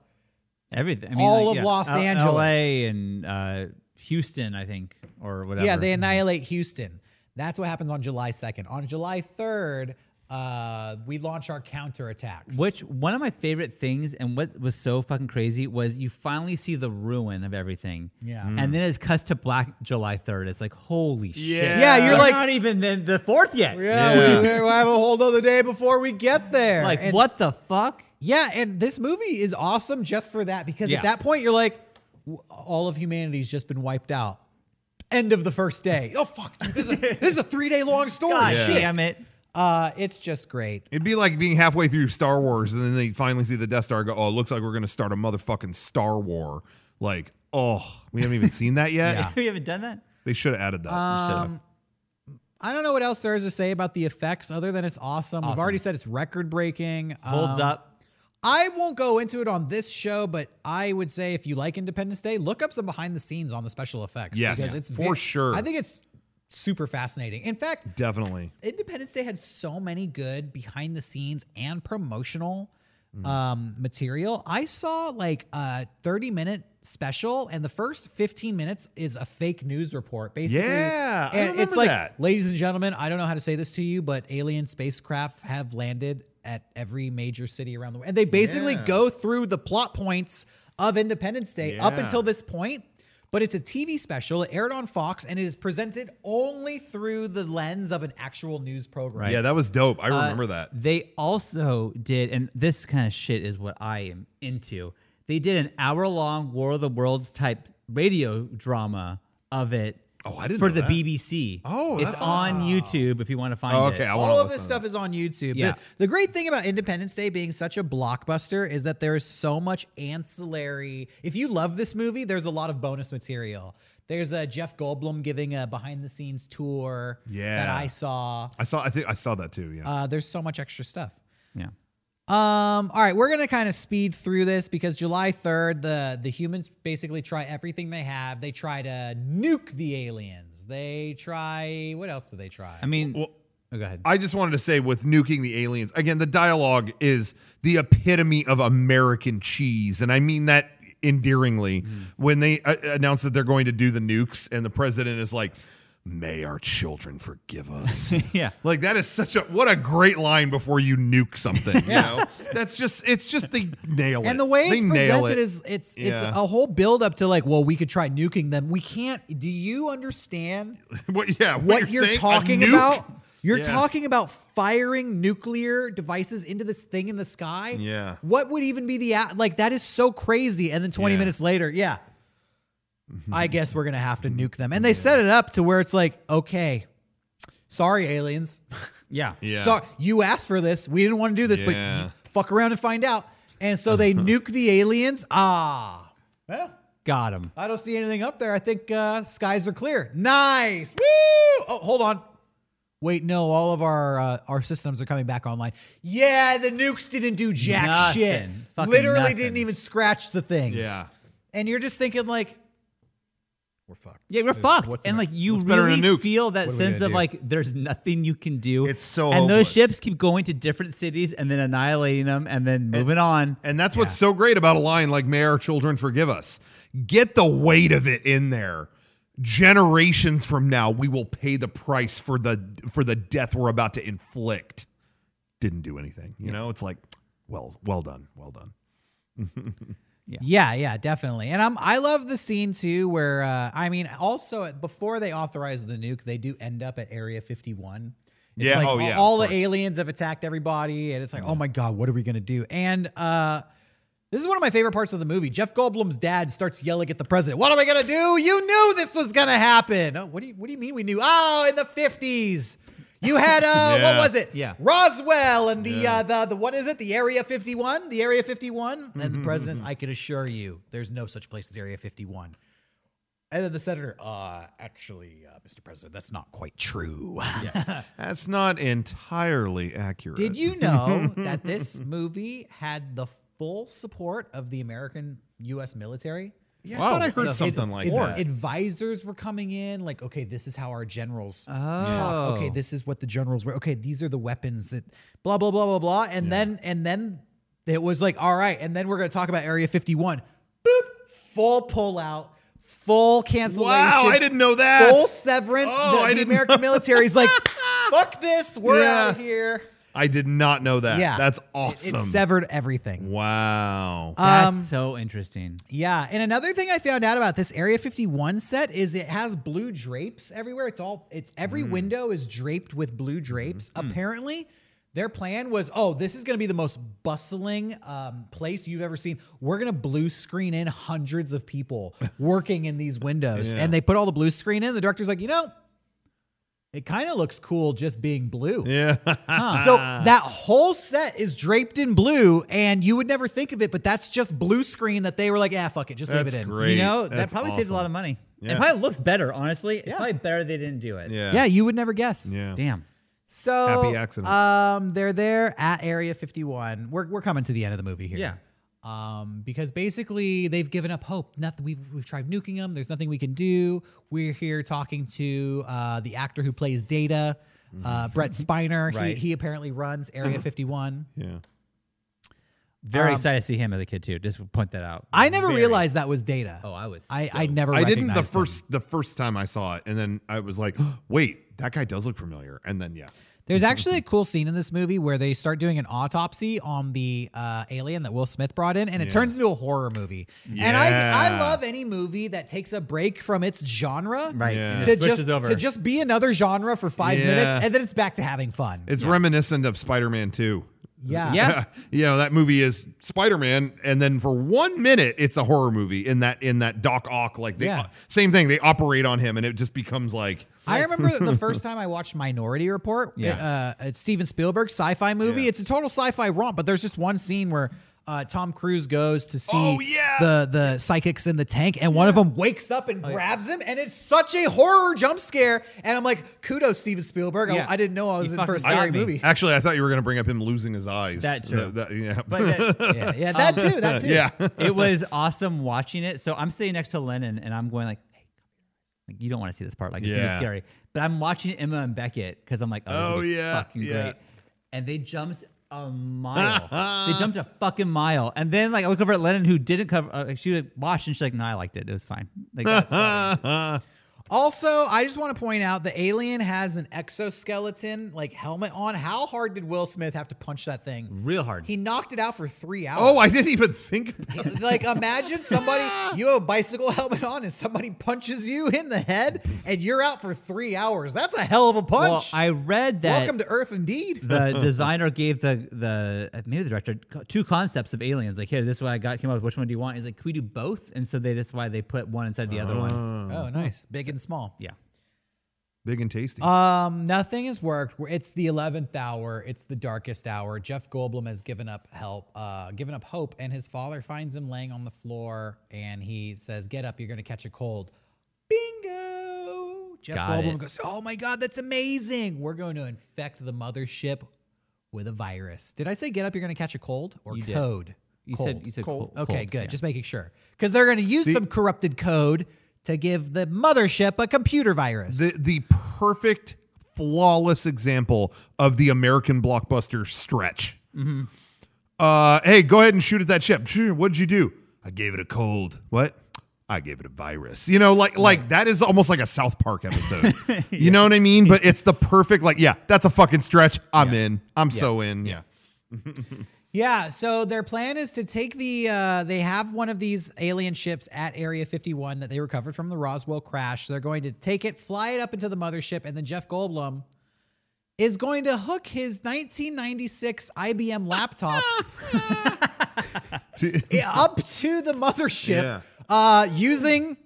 [SPEAKER 4] everything I mean,
[SPEAKER 5] all
[SPEAKER 4] like,
[SPEAKER 5] of
[SPEAKER 4] yeah,
[SPEAKER 5] Los
[SPEAKER 4] L-
[SPEAKER 5] Angeles.
[SPEAKER 4] la and uh houston i think or whatever
[SPEAKER 5] Yeah, they annihilate Houston. That's what happens on July 2nd. On July 3rd, uh, we launch our counterattacks.
[SPEAKER 4] Which one of my favorite things, and what was so fucking crazy, was you finally see the ruin of everything.
[SPEAKER 5] Yeah.
[SPEAKER 4] And then it's cuts to Black July third. It's like holy shit.
[SPEAKER 3] Yeah,
[SPEAKER 5] you're
[SPEAKER 4] We're
[SPEAKER 5] like-
[SPEAKER 4] not even the, the fourth yet.
[SPEAKER 5] yeah, We, we have a whole other day before we get there.
[SPEAKER 4] Like
[SPEAKER 5] And-
[SPEAKER 4] what the fuck?
[SPEAKER 5] Yeah, and this movie is awesome just for that because
[SPEAKER 4] Yeah.
[SPEAKER 5] at that point you're like, w- all of humanity's just been wiped out. End of the first day. Oh fuck, dude, this is a, this is a three day long story.
[SPEAKER 4] God
[SPEAKER 3] Yeah.
[SPEAKER 4] damn it.
[SPEAKER 5] Uh, it's just great.
[SPEAKER 3] It'd be like being halfway through Star Wars and then they finally see the Death Star and go, oh, it looks like we're going to start a motherfucking Star War. Like, oh, we haven't even seen that yet.
[SPEAKER 4] we haven't done that.
[SPEAKER 3] They should have added that.
[SPEAKER 5] I don't know what else there is to say about the effects other than it's awesome. We've already said it's Um, record breaking.
[SPEAKER 4] Holds up.
[SPEAKER 5] I won't go into it on this show, but I would say if you like Independence Day, look up some behind the scenes on the special effects.
[SPEAKER 3] Yes, for sure.
[SPEAKER 5] I think it's super fascinating. In fact,
[SPEAKER 3] Definitely.
[SPEAKER 5] Independence Day had so many good behind the scenes and promotional
[SPEAKER 3] Mm.
[SPEAKER 5] um, material. I saw like a 30 minute special, and the first 15 minutes is a fake news report, basically.
[SPEAKER 3] Yeah, I
[SPEAKER 5] and it's
[SPEAKER 3] remember
[SPEAKER 5] like,
[SPEAKER 3] that.
[SPEAKER 5] ladies and gentlemen, I don't know how to say this to you, but alien spacecraft have landed at every major city around the world, and they basically
[SPEAKER 3] Yeah.
[SPEAKER 5] go through the plot points of Independence Day up
[SPEAKER 3] Yeah.
[SPEAKER 5] until this point. But it's a TV special. It aired on Fox and it is presented only through the lens of an actual news program.
[SPEAKER 3] Yeah, that was dope. I remember that.
[SPEAKER 4] They also did, and this kind of shit is what I am into. They did an hour long War of the Worlds type radio drama of it.
[SPEAKER 3] Oh, I didn't
[SPEAKER 4] for
[SPEAKER 3] know
[SPEAKER 4] the
[SPEAKER 3] that.
[SPEAKER 4] BBC.
[SPEAKER 3] Oh,
[SPEAKER 4] it's
[SPEAKER 3] that's
[SPEAKER 4] on YouTube if you want to find
[SPEAKER 3] Oh,
[SPEAKER 4] it.
[SPEAKER 3] okay, I want
[SPEAKER 5] All of this stuff is on YouTube.
[SPEAKER 4] Yeah.
[SPEAKER 5] The, the great thing about Independence Day being such a blockbuster is that there's so much ancillary. If you love this movie, there's a lot of bonus material. There's a Jeff Goldblum giving a behind the scenes tour that
[SPEAKER 3] Yeah.
[SPEAKER 5] I saw.
[SPEAKER 3] I saw. I think I saw that too. Yeah.
[SPEAKER 5] Uh, there's so much extra stuff.
[SPEAKER 4] Yeah.
[SPEAKER 5] Um, all right, we're gonna kind of speed through this because July 3rd, the the humans basically try everything they have. They try to nuke the aliens. They try what else do they try?
[SPEAKER 4] I mean,
[SPEAKER 3] Well-
[SPEAKER 4] oh, go ahead.
[SPEAKER 3] I just wanted to say with nuking the aliens again. The dialogue is the epitome of American cheese, and I mean that endearingly. When they uh, announced that they're going to do the nukes, and the president is like, "May our children forgive us."
[SPEAKER 4] yeah.
[SPEAKER 3] Like that is such a what a great line before you nuke something. You know, that's just it's just they nail it.
[SPEAKER 5] and the way
[SPEAKER 3] they
[SPEAKER 5] it's
[SPEAKER 3] nail
[SPEAKER 5] presented is it's it's
[SPEAKER 3] Yeah.
[SPEAKER 5] a whole build up to like, well, we could try nuking them. We can't. Do you understand
[SPEAKER 3] what, yeah, what,
[SPEAKER 5] what you're,
[SPEAKER 3] saying, a
[SPEAKER 5] talking
[SPEAKER 3] nuke?
[SPEAKER 5] about? You're
[SPEAKER 3] Yeah.
[SPEAKER 5] talking about firing nuclear devices into this thing in the sky.
[SPEAKER 3] Yeah.
[SPEAKER 5] What would even be the a- like? That is so crazy. And then
[SPEAKER 3] Yeah.
[SPEAKER 5] 20
[SPEAKER 3] Mm-hmm.
[SPEAKER 5] minutes later, yeah, I guess we're gonna have to nuke them. And they set it up to where it's like, okay, sorry aliens,
[SPEAKER 4] Yeah.
[SPEAKER 3] Yeah.
[SPEAKER 5] so you asked for this. We didn't want to do this,
[SPEAKER 3] Yeah.
[SPEAKER 5] but you fuck around and find out. And so they nuke the aliens. Ah, well,
[SPEAKER 4] Got him.
[SPEAKER 5] I don't see anything up there. I think uh, skies are clear. Nice. Woo! Oh, hold on. Wait, no. All of our uh, our systems are coming back online. Yeah, the nukes didn't do jack
[SPEAKER 4] Nothing.
[SPEAKER 5] shit.
[SPEAKER 4] Fucking
[SPEAKER 5] Literally
[SPEAKER 4] nothing.
[SPEAKER 5] didn't even scratch the things.
[SPEAKER 3] Yeah.
[SPEAKER 5] And you're just thinking like, we're fucked.
[SPEAKER 4] Yeah, we're fucked. And like you
[SPEAKER 3] better
[SPEAKER 4] really
[SPEAKER 3] than a nuke?
[SPEAKER 4] feel that
[SPEAKER 5] we
[SPEAKER 4] sense
[SPEAKER 5] gonna
[SPEAKER 4] of
[SPEAKER 5] do?
[SPEAKER 4] like there's nothing you can do.
[SPEAKER 3] It's so
[SPEAKER 4] And
[SPEAKER 3] hopeless.
[SPEAKER 4] those ships keep going to different cities and then annihilating them and then moving on.
[SPEAKER 3] And that's what's so great about a line like "May our children forgive us." Get the weight of it in there. Generations from now, we will pay the price for the for the death we're about to inflict. Didn't do anything. You know, it's like, well, well done, well done.
[SPEAKER 5] Yeah, yeah, definitely. And I'm I love the scene too where uh I mean also before they authorize the nuke, they do end up at Area 51. It's
[SPEAKER 3] Yeah,
[SPEAKER 5] like
[SPEAKER 3] oh,
[SPEAKER 5] all-
[SPEAKER 3] yeah,
[SPEAKER 5] all
[SPEAKER 3] of
[SPEAKER 5] the aliens have attacked everybody and it's like, "Oh my god, what are we going to do?" And uh this is one of my favorite parts of the movie. Jeff Goldblum's dad starts yelling at the president. What am I gonna do? You knew this was gonna happen. Oh, what do you What do you mean we knew? Oh, in the fifties, you had uh,
[SPEAKER 3] Yeah.
[SPEAKER 5] what was it?
[SPEAKER 4] Yeah.
[SPEAKER 5] Roswell and the uh, the the what is it? The Area 51? The Area 51? And the president, I can assure you, there's no such place as Area 51. And then the senator, uh, actually, uh, Mr. President, that's not quite true.
[SPEAKER 3] That's not entirely accurate.
[SPEAKER 5] Did you know that this movie had the full support of the American U.S. military?
[SPEAKER 3] Yeah, I thought I heard something like
[SPEAKER 5] Ad-
[SPEAKER 3] that.
[SPEAKER 5] Advisors were coming in, like, okay, this is how our generals
[SPEAKER 4] Oh.
[SPEAKER 5] talk. Okay, this is what the generals were. Okay, these are the weapons that blah blah blah blah blah. And then and then it was like, all right, and then we're gonna talk about Area 51. Boop, full pullout, full cancellation.
[SPEAKER 3] wow, I didn't know that.
[SPEAKER 5] Full severance.
[SPEAKER 3] Oh,
[SPEAKER 5] the
[SPEAKER 3] I
[SPEAKER 5] the
[SPEAKER 3] didn't
[SPEAKER 5] American military's like, fuck this, we're
[SPEAKER 3] Yeah.
[SPEAKER 5] out of here.
[SPEAKER 3] I did not know that.
[SPEAKER 5] Yeah,
[SPEAKER 3] that's
[SPEAKER 5] It-
[SPEAKER 3] awesome.
[SPEAKER 5] It, severed everything.
[SPEAKER 3] wow.
[SPEAKER 4] That's
[SPEAKER 5] Um,
[SPEAKER 4] so interesting.
[SPEAKER 5] Yeah, and another thing I found out about this Area 51 set is it has blue drapes everywhere. It's all it's every window is draped with blue drapes. Apparently, their plan was, "Oh, this is going to be the most bustling um, place you've ever seen. We're going to blue screen in hundreds of people working in these windows." And they put all the blue screen in. The director's like, "You know, it kind of looks cool just being blue."
[SPEAKER 3] yeah.
[SPEAKER 5] So
[SPEAKER 3] Ah.
[SPEAKER 5] that whole set is draped in blue, and you would never think of it, but that's just blue screen that they were like, "Ah, fuck it, just leave
[SPEAKER 3] that's
[SPEAKER 5] it in."
[SPEAKER 3] great.
[SPEAKER 4] you know, that
[SPEAKER 3] That's
[SPEAKER 4] probably saves a lot of
[SPEAKER 3] awesome.
[SPEAKER 4] money.
[SPEAKER 3] Yeah.
[SPEAKER 4] It probably looks better, honestly. It's probably better they didn't do it.
[SPEAKER 3] Yeah.
[SPEAKER 5] Yeah, you would never guess.
[SPEAKER 3] Yeah.
[SPEAKER 4] Damn.
[SPEAKER 5] So
[SPEAKER 3] Happy accidents.
[SPEAKER 5] Um, they're there at Area 51. We're we're coming to the end of the movie here.
[SPEAKER 4] Yeah.
[SPEAKER 5] Um, because basically they've given up hope. Nothing. We've we've tried nuking them. There's nothing we can do. We're here talking to uh, the actor who plays Data, uh, Brett Spiner.
[SPEAKER 4] Mm-hmm. Right. Mm-hmm.
[SPEAKER 5] He he apparently runs Area 51.
[SPEAKER 3] Yeah.
[SPEAKER 4] Very
[SPEAKER 5] Um,
[SPEAKER 4] excited to see him as a kid too. Just point that out.
[SPEAKER 5] I never
[SPEAKER 4] Very-
[SPEAKER 5] realized that was Data.
[SPEAKER 4] Oh, I was.
[SPEAKER 5] I, I
[SPEAKER 4] stoked.
[SPEAKER 5] never.
[SPEAKER 3] I didn't the
[SPEAKER 5] recognized him.
[SPEAKER 3] first the first time I saw it, and then I was like, "Wait, that guy does look familiar." And then yeah,
[SPEAKER 5] There's actually a cool scene in this movie where they start doing an autopsy on the uh, alien that Will Smith brought in, and it turns into a horror movie. And I I
[SPEAKER 3] Yeah.
[SPEAKER 5] love any movie that takes a break from its genre
[SPEAKER 4] Right.
[SPEAKER 3] Yeah.
[SPEAKER 4] and it
[SPEAKER 5] to
[SPEAKER 4] switches
[SPEAKER 5] just
[SPEAKER 4] over.
[SPEAKER 5] to just be another genre for five
[SPEAKER 3] Yeah.
[SPEAKER 5] minutes, and then it's back to having fun.
[SPEAKER 3] it's reminiscent of Spider Man Two.
[SPEAKER 5] Yeah.
[SPEAKER 4] Yeah.
[SPEAKER 3] you know that movie is spider-man and then for one minute it's a horror movie in that in that doc ock like they
[SPEAKER 5] Yeah.
[SPEAKER 3] same thing they operate on him and it just becomes like
[SPEAKER 5] I remember the first time I watched Minority Report.
[SPEAKER 4] Yeah.
[SPEAKER 5] uh, it's Steven Spielberg sci-fi movie.
[SPEAKER 3] Yeah.
[SPEAKER 5] It's a total sci-fi romp, but there's just one scene where uh, Tom Cruise goes to see
[SPEAKER 3] Oh, yeah.
[SPEAKER 5] the the psychics in the tank, and one of them wakes up and grabs him, and it's such a horror jump scare. And I'm like, kudos, Steven Spielberg. I-
[SPEAKER 4] Yeah.
[SPEAKER 5] I, didn't know I was
[SPEAKER 4] You
[SPEAKER 5] in for
[SPEAKER 4] fucking
[SPEAKER 5] a scary
[SPEAKER 4] got me.
[SPEAKER 5] movie.
[SPEAKER 3] actually i thought you were going to bring up him losing his eyes
[SPEAKER 4] That's true.
[SPEAKER 3] That- that- yeah Um,
[SPEAKER 4] But that-
[SPEAKER 5] Yeah, yeah, that too. That too.
[SPEAKER 3] yeah
[SPEAKER 4] it was awesome watching it. So I'm sitting next to Lennon and I'm going like, hey, like you don't want to see this part. Like it's gonna
[SPEAKER 3] Yeah.
[SPEAKER 4] be scary. But I'm watching Emma and Beckett because I'm like, oh, this will
[SPEAKER 3] Oh,
[SPEAKER 4] be
[SPEAKER 3] yeah,
[SPEAKER 4] fucking
[SPEAKER 3] yeah.
[SPEAKER 4] great. And they jumped a mile. they jumped a fucking mile. And then like I look over at Lennon who didn't cover. Uh, she like, watched and she's like, no, I liked it. It was fine. Like that's fine.
[SPEAKER 5] Also, I just want to point out the alien has an exoskeleton like helmet on. How hard did Will Smith have to punch that thing?
[SPEAKER 4] real hard.
[SPEAKER 5] He knocked it out for three hours.
[SPEAKER 3] oh i didn't even think about
[SPEAKER 5] like imagine somebody you have a bicycle helmet on and somebody punches you in the head and you're out for three hours that's a hell of a
[SPEAKER 4] well,
[SPEAKER 5] punch
[SPEAKER 4] I read that.
[SPEAKER 5] welcome to earth indeed
[SPEAKER 4] the designer gave the the uh, maybe the director co- two concepts of aliens. Like, here, this is what I got came up with. Which one do you want? He's like, can we do both? And so they that's why they put one inside the other one.
[SPEAKER 5] oh nice big and small
[SPEAKER 4] Yeah.
[SPEAKER 3] big and tasty
[SPEAKER 5] um nothing has worked We're- it's the 11th hour it's the darkest hour jeff goldblum has given up help uh given up hope and his father finds him laying on the floor and he says get up you're gonna catch a cold bingo jeff
[SPEAKER 4] Got
[SPEAKER 5] goldblum
[SPEAKER 4] it.
[SPEAKER 5] goes oh my god that's amazing we're going to infect the mothership with a virus did i say get up you're gonna catch a cold or
[SPEAKER 4] You did.
[SPEAKER 5] code
[SPEAKER 4] You
[SPEAKER 5] Cold.
[SPEAKER 4] said you said cold.
[SPEAKER 5] Okay,
[SPEAKER 4] cold,
[SPEAKER 5] good.
[SPEAKER 4] yeah.
[SPEAKER 5] Just making sure. Because they're going to use some corrupted code to give the mothership a computer virus.
[SPEAKER 3] the the perfect flawless example of the American blockbuster stretch. Uh, hey, go ahead and shoot at that ship. Sure, What'd you do? I gave it a cold. What? I gave it a virus. You know, like like that is almost like a South Park episode. You know what I mean? But it's the perfect like yeah, that's a fucking stretch. I'm in. I'm so in. Yeah.
[SPEAKER 5] yeah, so their plan is to take the, uh, they have one of these alien ships at Area 51 that they recovered from the Roswell crash. So they're going to take it, fly it up into the mothership, and then Jeff Goldblum is going to hook his 1996 IBM laptop up to the mothership
[SPEAKER 3] Yeah.
[SPEAKER 5] uh, using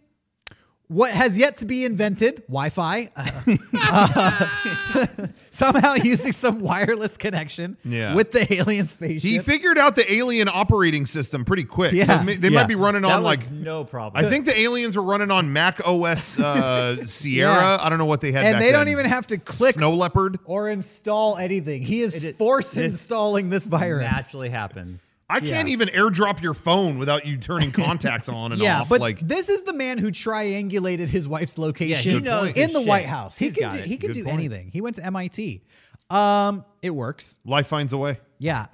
[SPEAKER 5] what has yet to be invented Wi-Fi. Uh, uh, somehow using some wireless connection
[SPEAKER 3] Yeah.
[SPEAKER 5] with the alien spaceship.
[SPEAKER 3] He figured out the alien operating system pretty quick. So
[SPEAKER 5] Yeah.
[SPEAKER 3] ma-
[SPEAKER 4] Yeah.
[SPEAKER 3] they might be running
[SPEAKER 4] That
[SPEAKER 3] on
[SPEAKER 4] was
[SPEAKER 3] like
[SPEAKER 4] no problem.
[SPEAKER 3] I think the aliens were running on Mac OS uh, Sierra.
[SPEAKER 5] Yeah.
[SPEAKER 3] I don't know what they had.
[SPEAKER 5] and
[SPEAKER 3] back
[SPEAKER 5] they don't
[SPEAKER 3] then.
[SPEAKER 5] even have to click
[SPEAKER 3] Snow Leopard.
[SPEAKER 5] or install anything. He is
[SPEAKER 4] It- it-
[SPEAKER 5] force
[SPEAKER 4] this
[SPEAKER 5] installing this virus.
[SPEAKER 4] naturally happens.
[SPEAKER 3] I can't even AirDrop your phone without you turning contacts on and
[SPEAKER 5] Yeah,
[SPEAKER 3] off.
[SPEAKER 5] but
[SPEAKER 3] like
[SPEAKER 5] this is the man who triangulated his wife's location
[SPEAKER 4] Good knows point.
[SPEAKER 5] in
[SPEAKER 4] his
[SPEAKER 5] the
[SPEAKER 4] shit.
[SPEAKER 5] White House. He
[SPEAKER 4] He's
[SPEAKER 5] can
[SPEAKER 4] got
[SPEAKER 5] do,
[SPEAKER 4] it.
[SPEAKER 5] he can
[SPEAKER 3] Good
[SPEAKER 5] do
[SPEAKER 3] point.
[SPEAKER 5] anything. He went to MIT. Um, it works.
[SPEAKER 3] life finds a way.
[SPEAKER 5] Yeah.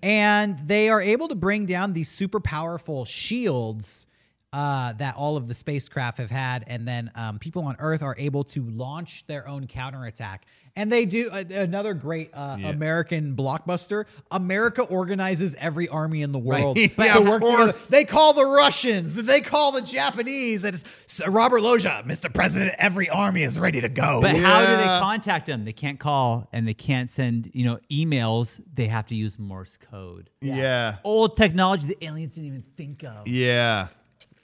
[SPEAKER 5] and they are able to bring down these super powerful shields uh, that all of the spacecraft have had. And then um, people on Earth are able to launch their own counterattack. And they do a- another great uh, American blockbuster. America organizes every army in the world
[SPEAKER 3] Right. Yeah,
[SPEAKER 5] to
[SPEAKER 3] of
[SPEAKER 5] work together.
[SPEAKER 3] course.
[SPEAKER 5] They call the Russians, they call the Japanese. And it's "Sir Robert Loja, Mr. President, every army is ready to go.
[SPEAKER 4] But how do
[SPEAKER 3] Yeah.
[SPEAKER 4] they contact him? They can't call and they can't send, you know, emails. They have to use Morse code.
[SPEAKER 3] Yeah.
[SPEAKER 4] Old technology the aliens didn't even think of.
[SPEAKER 3] Yeah.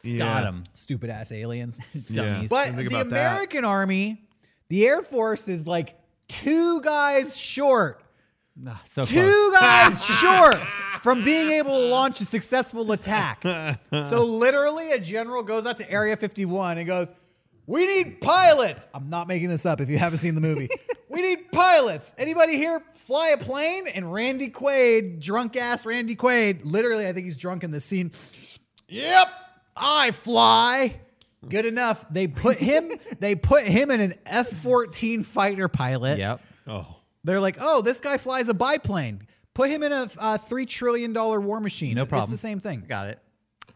[SPEAKER 3] Yeah.
[SPEAKER 4] Got him.
[SPEAKER 5] Stupid ass aliens.
[SPEAKER 3] Yeah.
[SPEAKER 4] Dummies.
[SPEAKER 5] But
[SPEAKER 3] Think
[SPEAKER 5] the
[SPEAKER 3] about that.
[SPEAKER 5] American Army, the Air Force is like two guys short.
[SPEAKER 4] Ah, so close.
[SPEAKER 5] Two guys short from being able to launch a successful attack. So literally a general goes out to Area 51 and goes, "We need pilots." I'm not making this up if you haven't seen the movie. we need pilots. Anybody here fly a plane? And Randy Quaid, drunk ass Randy Quaid, literally I think he's drunk in this scene. Yep, I fly. Good enough. They put him. they put him in an F-14 fighter pilot.
[SPEAKER 4] Yep.
[SPEAKER 3] Oh.
[SPEAKER 5] They're like, oh, this guy flies a biplane. Put him in a uh, three trillion dollar war machine.
[SPEAKER 4] No
[SPEAKER 5] It's
[SPEAKER 4] problem.
[SPEAKER 5] the same thing.
[SPEAKER 4] Got it.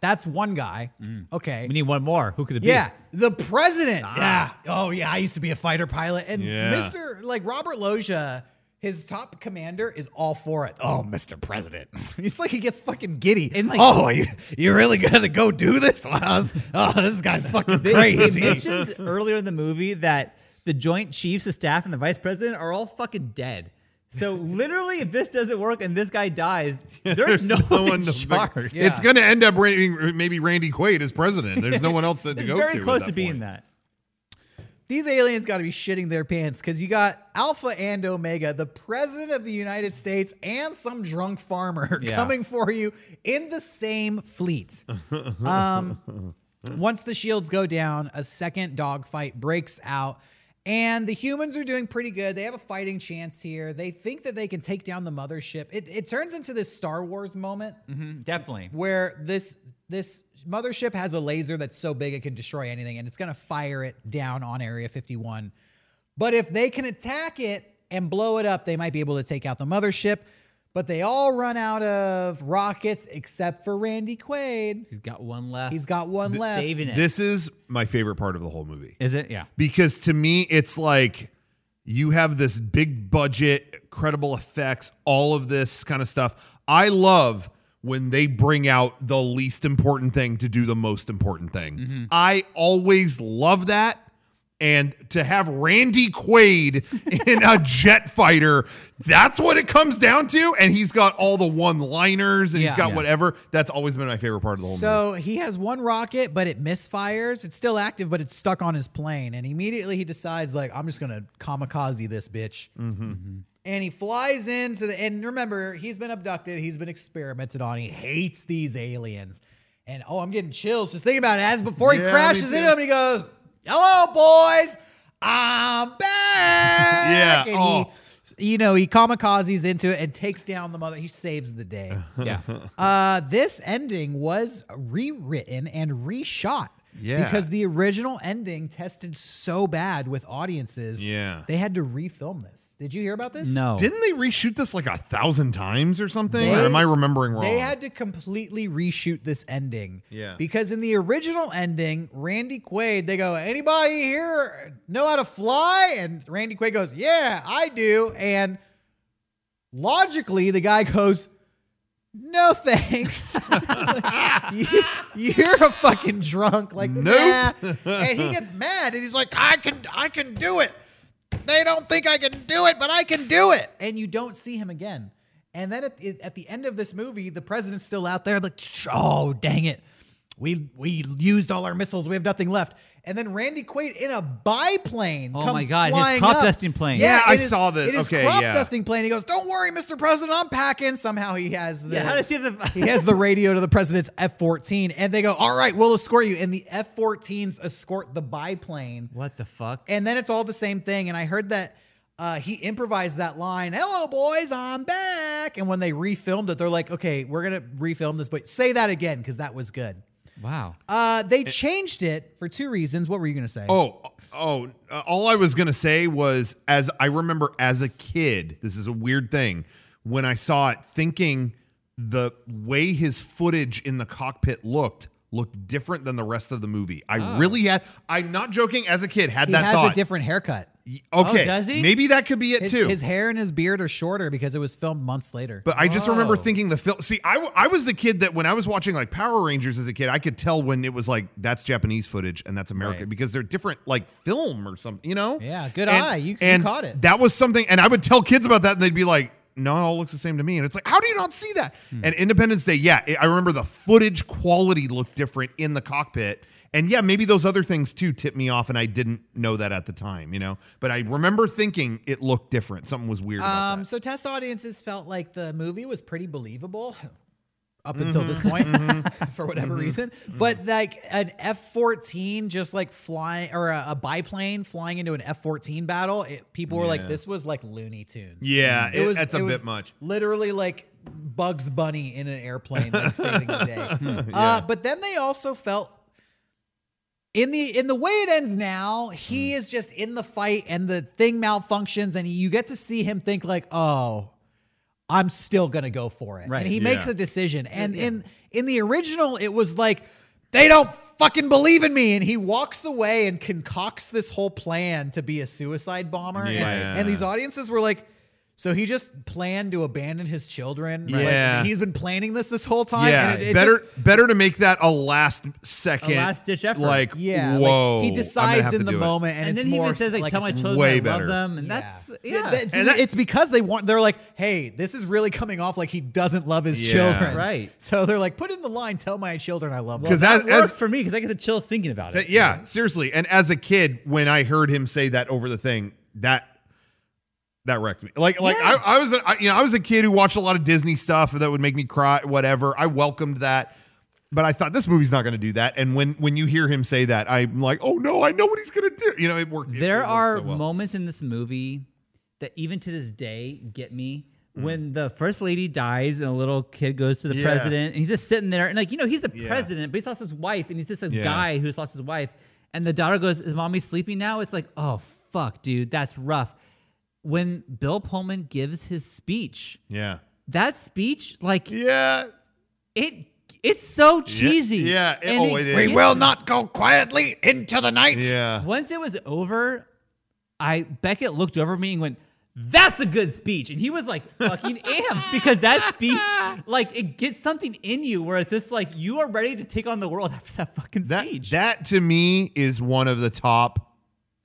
[SPEAKER 5] That's one guy. Okay.
[SPEAKER 4] We need Ah. one more. Who could it be?
[SPEAKER 5] yeah, the president. Yeah. Oh yeah, I used to be a fighter pilot, and
[SPEAKER 3] Yeah.
[SPEAKER 5] Mr. like Robert Loja, his top commander is all for it. Oh, Mr. President, it's like he gets fucking giddy.
[SPEAKER 4] And, like-
[SPEAKER 5] oh, you you really gonna go do this? Wow, this- oh, this guy's fucking crazy.
[SPEAKER 4] It mentions earlier in the movie that the Joint Chiefs of Staff and the Vice President are all fucking dead. So literally, if this doesn't work and this guy dies, there's, no, one, in charge.
[SPEAKER 3] It's going to end up bringing maybe Randy Quaid as president. There's no one else to
[SPEAKER 4] It's
[SPEAKER 3] go
[SPEAKER 4] very
[SPEAKER 3] to. at
[SPEAKER 4] close
[SPEAKER 3] that
[SPEAKER 4] to being
[SPEAKER 3] point.
[SPEAKER 4] that.
[SPEAKER 5] These aliens got to be shitting their pants because you got Alpha and Omega, the president of the United States, and some drunk farmer
[SPEAKER 4] Yeah.
[SPEAKER 5] coming for you in the same fleet. Um, once the shields go down, a second dogfight breaks out, and the humans are doing pretty good. They have a fighting chance here. They think that they can take down the mothership. It, it turns into this Star Wars moment
[SPEAKER 4] Definitely.
[SPEAKER 5] where this this mothership has a laser that's so big it can destroy anything and it's going to fire it down on area 51 but if they can attack it and blow it up they might be able to take out the mothership but they all run out of rockets except for randy quaid
[SPEAKER 4] He's got one left.
[SPEAKER 5] he's got one left
[SPEAKER 4] saving it.
[SPEAKER 3] This is my favorite part of the whole movie.
[SPEAKER 4] Is it? Yeah.
[SPEAKER 3] because to me it's like you have this big budget credible effects all of this kind of stuff i love when they bring out the least important thing to do the most important thing
[SPEAKER 5] Mm-hmm.
[SPEAKER 3] i always love that and to have Randy Quaid in a jet fighter, that's what it comes down to. And he's got all the one liners and he's
[SPEAKER 5] Yeah.
[SPEAKER 3] got
[SPEAKER 4] Yeah.
[SPEAKER 3] whatever. That's always been my favorite part of the whole movie.
[SPEAKER 5] So he has one rocket, but it misfires. It's still active, but it's stuck on his plane. And immediately he decides, like, I'm just gonna kamikaze this bitch.
[SPEAKER 3] Mm-hmm.
[SPEAKER 5] And he flies into the. And remember, he's been abducted. He's been experimented on. He hates these aliens. And oh, I'm getting chills just thinking about it. As before he
[SPEAKER 3] Yeah, me
[SPEAKER 5] crashes
[SPEAKER 3] too.
[SPEAKER 5] into him, he goes, "Hello, boys, I'm back."
[SPEAKER 3] Yeah,
[SPEAKER 5] And
[SPEAKER 3] oh.
[SPEAKER 5] he, you know, he kamikazes into it and takes down the mother. He saves the day.
[SPEAKER 4] Yeah.
[SPEAKER 5] Uh, this ending was rewritten and reshot.
[SPEAKER 3] Yeah.
[SPEAKER 5] Because the original ending tested so bad with audiences.
[SPEAKER 3] Yeah.
[SPEAKER 5] They had to refilm this. Did you hear about this?
[SPEAKER 4] No.
[SPEAKER 3] Didn't they reshoot this like a thousand times or something? or
[SPEAKER 5] They-
[SPEAKER 3] am I remembering wrong?
[SPEAKER 5] They had to completely reshoot this ending.
[SPEAKER 3] Yeah.
[SPEAKER 5] Because in the original ending, Randy Quaid, they go, anybody here know how to fly? And Randy Quaid goes, yeah, I do. And logically, the guy goes, no thanks. you, you're a fucking drunk. Like,
[SPEAKER 3] Nope.
[SPEAKER 5] nah. And he gets mad and he's like, I can, I can do it. They don't think I can do it, but I can do it. And you don't see him again. And then at, at the end of this movie, the president's still out there, like, oh dang it, we we used all our missiles, we have nothing left. And then Randy Quaid in a biplane.
[SPEAKER 4] Oh
[SPEAKER 5] comes
[SPEAKER 4] my God, his
[SPEAKER 5] flying
[SPEAKER 4] crop
[SPEAKER 5] up.
[SPEAKER 4] dusting plane.
[SPEAKER 5] Yeah,
[SPEAKER 3] Yeah,
[SPEAKER 5] it
[SPEAKER 3] I
[SPEAKER 5] is-
[SPEAKER 3] saw this.
[SPEAKER 5] It is
[SPEAKER 3] Okay,
[SPEAKER 5] crop
[SPEAKER 3] yeah.
[SPEAKER 5] dusting plane. He goes, "Don't worry, Mr. President, I'm packing." Somehow he has the
[SPEAKER 4] Yeah, how does he have the-
[SPEAKER 5] he has the radio to the president's F-14, and they go, "All right, we'll escort you." And the F-14s escort the biplane.
[SPEAKER 4] What the fuck?
[SPEAKER 5] And then it's all the same thing. And I heard that uh, he improvised that line, "Hello, boys, I'm back." And when they refilmed it, they're like, "Okay, we're gonna refilm this, but say that again because that was good."
[SPEAKER 4] wow.
[SPEAKER 5] Uh, they changed it for two reasons. What were you gonna say?
[SPEAKER 3] Oh, oh! uh, all I was gonna say was, as I remember, as a kid, this is a weird thing. When I saw it, thinking the way his footage in the cockpit looked looked different than the rest of the movie. I
[SPEAKER 4] Oh.
[SPEAKER 3] really had. I'm not joking. As a kid, had
[SPEAKER 5] he
[SPEAKER 3] that
[SPEAKER 5] has
[SPEAKER 3] thought.
[SPEAKER 5] a different haircut.
[SPEAKER 3] okay,
[SPEAKER 4] Oh, does he?
[SPEAKER 3] maybe that could be it
[SPEAKER 5] His,
[SPEAKER 3] too.
[SPEAKER 5] his hair and his beard are shorter because it was filmed months later.
[SPEAKER 3] But I just remember
[SPEAKER 4] Whoa.
[SPEAKER 3] thinking the film. See, I, w- I was the kid that when I was watching like Power Rangers as a kid, I could tell when it was like that's Japanese footage and that's American
[SPEAKER 4] Right.
[SPEAKER 3] because they're different, like film or something, you know?
[SPEAKER 5] Yeah, good
[SPEAKER 3] And-
[SPEAKER 5] eye. You- you
[SPEAKER 3] and
[SPEAKER 5] caught it.
[SPEAKER 3] That was something, and I would tell kids about that, and they'd be like, "No, it all looks the same to me." And it's like, how do you not see that?
[SPEAKER 5] Hmm.
[SPEAKER 3] And Independence Day, yeah, it- I remember the footage quality looked different in the cockpit. And yeah, maybe those other things too tipped me off, and I didn't know that at the time, you know. But I remember thinking it looked different. Something was weird about
[SPEAKER 5] Um,
[SPEAKER 3] that.
[SPEAKER 5] so test audiences felt like the movie was pretty believable up until
[SPEAKER 3] Mm-hmm.
[SPEAKER 5] this point for whatever reason. But like an F fourteen, just like flying or a, a biplane flying into an F fourteen battle, it, people were like, "This was like Looney Tunes."
[SPEAKER 3] Yeah, it, that's a
[SPEAKER 5] it
[SPEAKER 3] bit much.
[SPEAKER 5] Literally like Bugs Bunny in an airplane, like saving the
[SPEAKER 3] Hmm,
[SPEAKER 5] day. Uh, but then they also felt in the in the way it ends now, he
[SPEAKER 3] Hmm.
[SPEAKER 5] is just in the fight and the thing malfunctions, and you get to see him think like, "Oh, I'm still gonna go for it,"
[SPEAKER 4] Right.
[SPEAKER 5] and he
[SPEAKER 3] Yeah.
[SPEAKER 5] makes a decision. And in in the original, it was like, "They don't fucking believe in me," and he walks away and concocts this whole plan to be a suicide bomber. And-
[SPEAKER 3] Yeah.
[SPEAKER 5] and these audiences were like, So he just planned to abandon his children. Like,
[SPEAKER 3] Yeah.
[SPEAKER 5] he's been planning this this whole time.
[SPEAKER 3] yeah,
[SPEAKER 5] and it- it
[SPEAKER 3] better
[SPEAKER 5] just-
[SPEAKER 3] better to make that a last second,
[SPEAKER 4] A last-ditch effort.
[SPEAKER 3] Like,
[SPEAKER 5] yeah. like,
[SPEAKER 3] whoa, I'm
[SPEAKER 5] he
[SPEAKER 3] gonna have
[SPEAKER 5] decides
[SPEAKER 3] to
[SPEAKER 5] in the
[SPEAKER 3] do it.
[SPEAKER 5] moment, and,
[SPEAKER 4] And,
[SPEAKER 5] it's
[SPEAKER 4] then he
[SPEAKER 5] more
[SPEAKER 4] even says, like,
[SPEAKER 5] like
[SPEAKER 4] tell my
[SPEAKER 5] a-
[SPEAKER 4] children
[SPEAKER 3] way
[SPEAKER 4] I
[SPEAKER 3] better.
[SPEAKER 4] love them. And
[SPEAKER 5] Yeah.
[SPEAKER 4] that's,
[SPEAKER 5] Th-
[SPEAKER 4] yeah.
[SPEAKER 5] that-
[SPEAKER 3] And that-
[SPEAKER 5] it's because they want. They're like, hey, this is really coming off like he doesn't love his
[SPEAKER 3] Yeah.
[SPEAKER 5] children,
[SPEAKER 4] Right.
[SPEAKER 5] So they're like, put in the line, tell my children I love them.
[SPEAKER 3] Because
[SPEAKER 4] that
[SPEAKER 3] as,
[SPEAKER 4] works
[SPEAKER 3] as
[SPEAKER 4] for me because I get the chills thinking about
[SPEAKER 3] That-
[SPEAKER 4] it.
[SPEAKER 3] yeah, seriously. And as a kid, when I heard him say that over the thing, that that wrecked me. Like, like I, I was, a, I, you know, I was a kid who watched a lot of Disney stuff that would make me cry. Whatever. I welcomed that, but I thought this movie's not going to do that. And when when you hear him say that, I'm like, oh no, I know what he's going to do. You know, it worked. it- it
[SPEAKER 4] There
[SPEAKER 3] worked
[SPEAKER 4] are
[SPEAKER 3] so well.
[SPEAKER 4] moments in this movie that even to this day get me. When the first lady dies and a little kid goes to the
[SPEAKER 3] Mm. Yeah.
[SPEAKER 4] president and he's just sitting there and like you know he's the
[SPEAKER 3] Yeah.
[SPEAKER 4] president but he's lost his wife and he's just a
[SPEAKER 3] Yeah.
[SPEAKER 4] guy who's lost his wife and the daughter goes is mommy sleeping now it's like oh fuck dude that's rough when Bill Pullman gives his speech
[SPEAKER 3] Yeah.
[SPEAKER 4] that speech like
[SPEAKER 3] Yeah.
[SPEAKER 4] it it's so cheesy
[SPEAKER 3] Yeah. It-
[SPEAKER 4] And
[SPEAKER 3] oh, it is.
[SPEAKER 4] gets
[SPEAKER 3] will
[SPEAKER 2] not go quietly into the night.
[SPEAKER 3] Yeah.
[SPEAKER 4] Once it was over, I Beckett looked over at me and went, "That's a good speech," and he was like, "Fucking am," because that speech, like, it gets something in you where it's just like you are ready to take on the world after that fucking
[SPEAKER 3] That
[SPEAKER 4] speech.
[SPEAKER 3] that to me is one of the top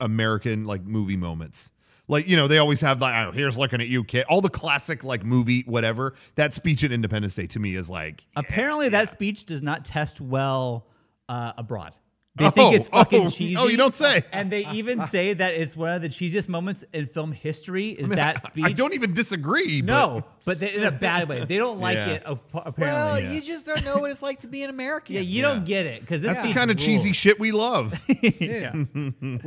[SPEAKER 3] American like movie moments. Like you know, they always have like, oh, here's looking at you, kid. All the classic like movie whatever. That speech at Independence Day to me is like
[SPEAKER 4] Apparently, that speech does not test well uh, abroad. They
[SPEAKER 3] Oh,
[SPEAKER 4] think it's fucking
[SPEAKER 3] oh,
[SPEAKER 4] cheesy.
[SPEAKER 3] oh, you don't say.
[SPEAKER 4] And they even say that it's one of the cheesiest moments in film history. Is that speech?
[SPEAKER 3] I don't even disagree.
[SPEAKER 4] No, but they, in a bad way. They don't like
[SPEAKER 3] Yeah.
[SPEAKER 4] it. ap- Apparently,
[SPEAKER 5] well,
[SPEAKER 4] yeah.
[SPEAKER 5] you just don't know what it's like to be an American.
[SPEAKER 4] you don't get it because
[SPEAKER 3] but that's the kind of cheesy shit we love.
[SPEAKER 5] We're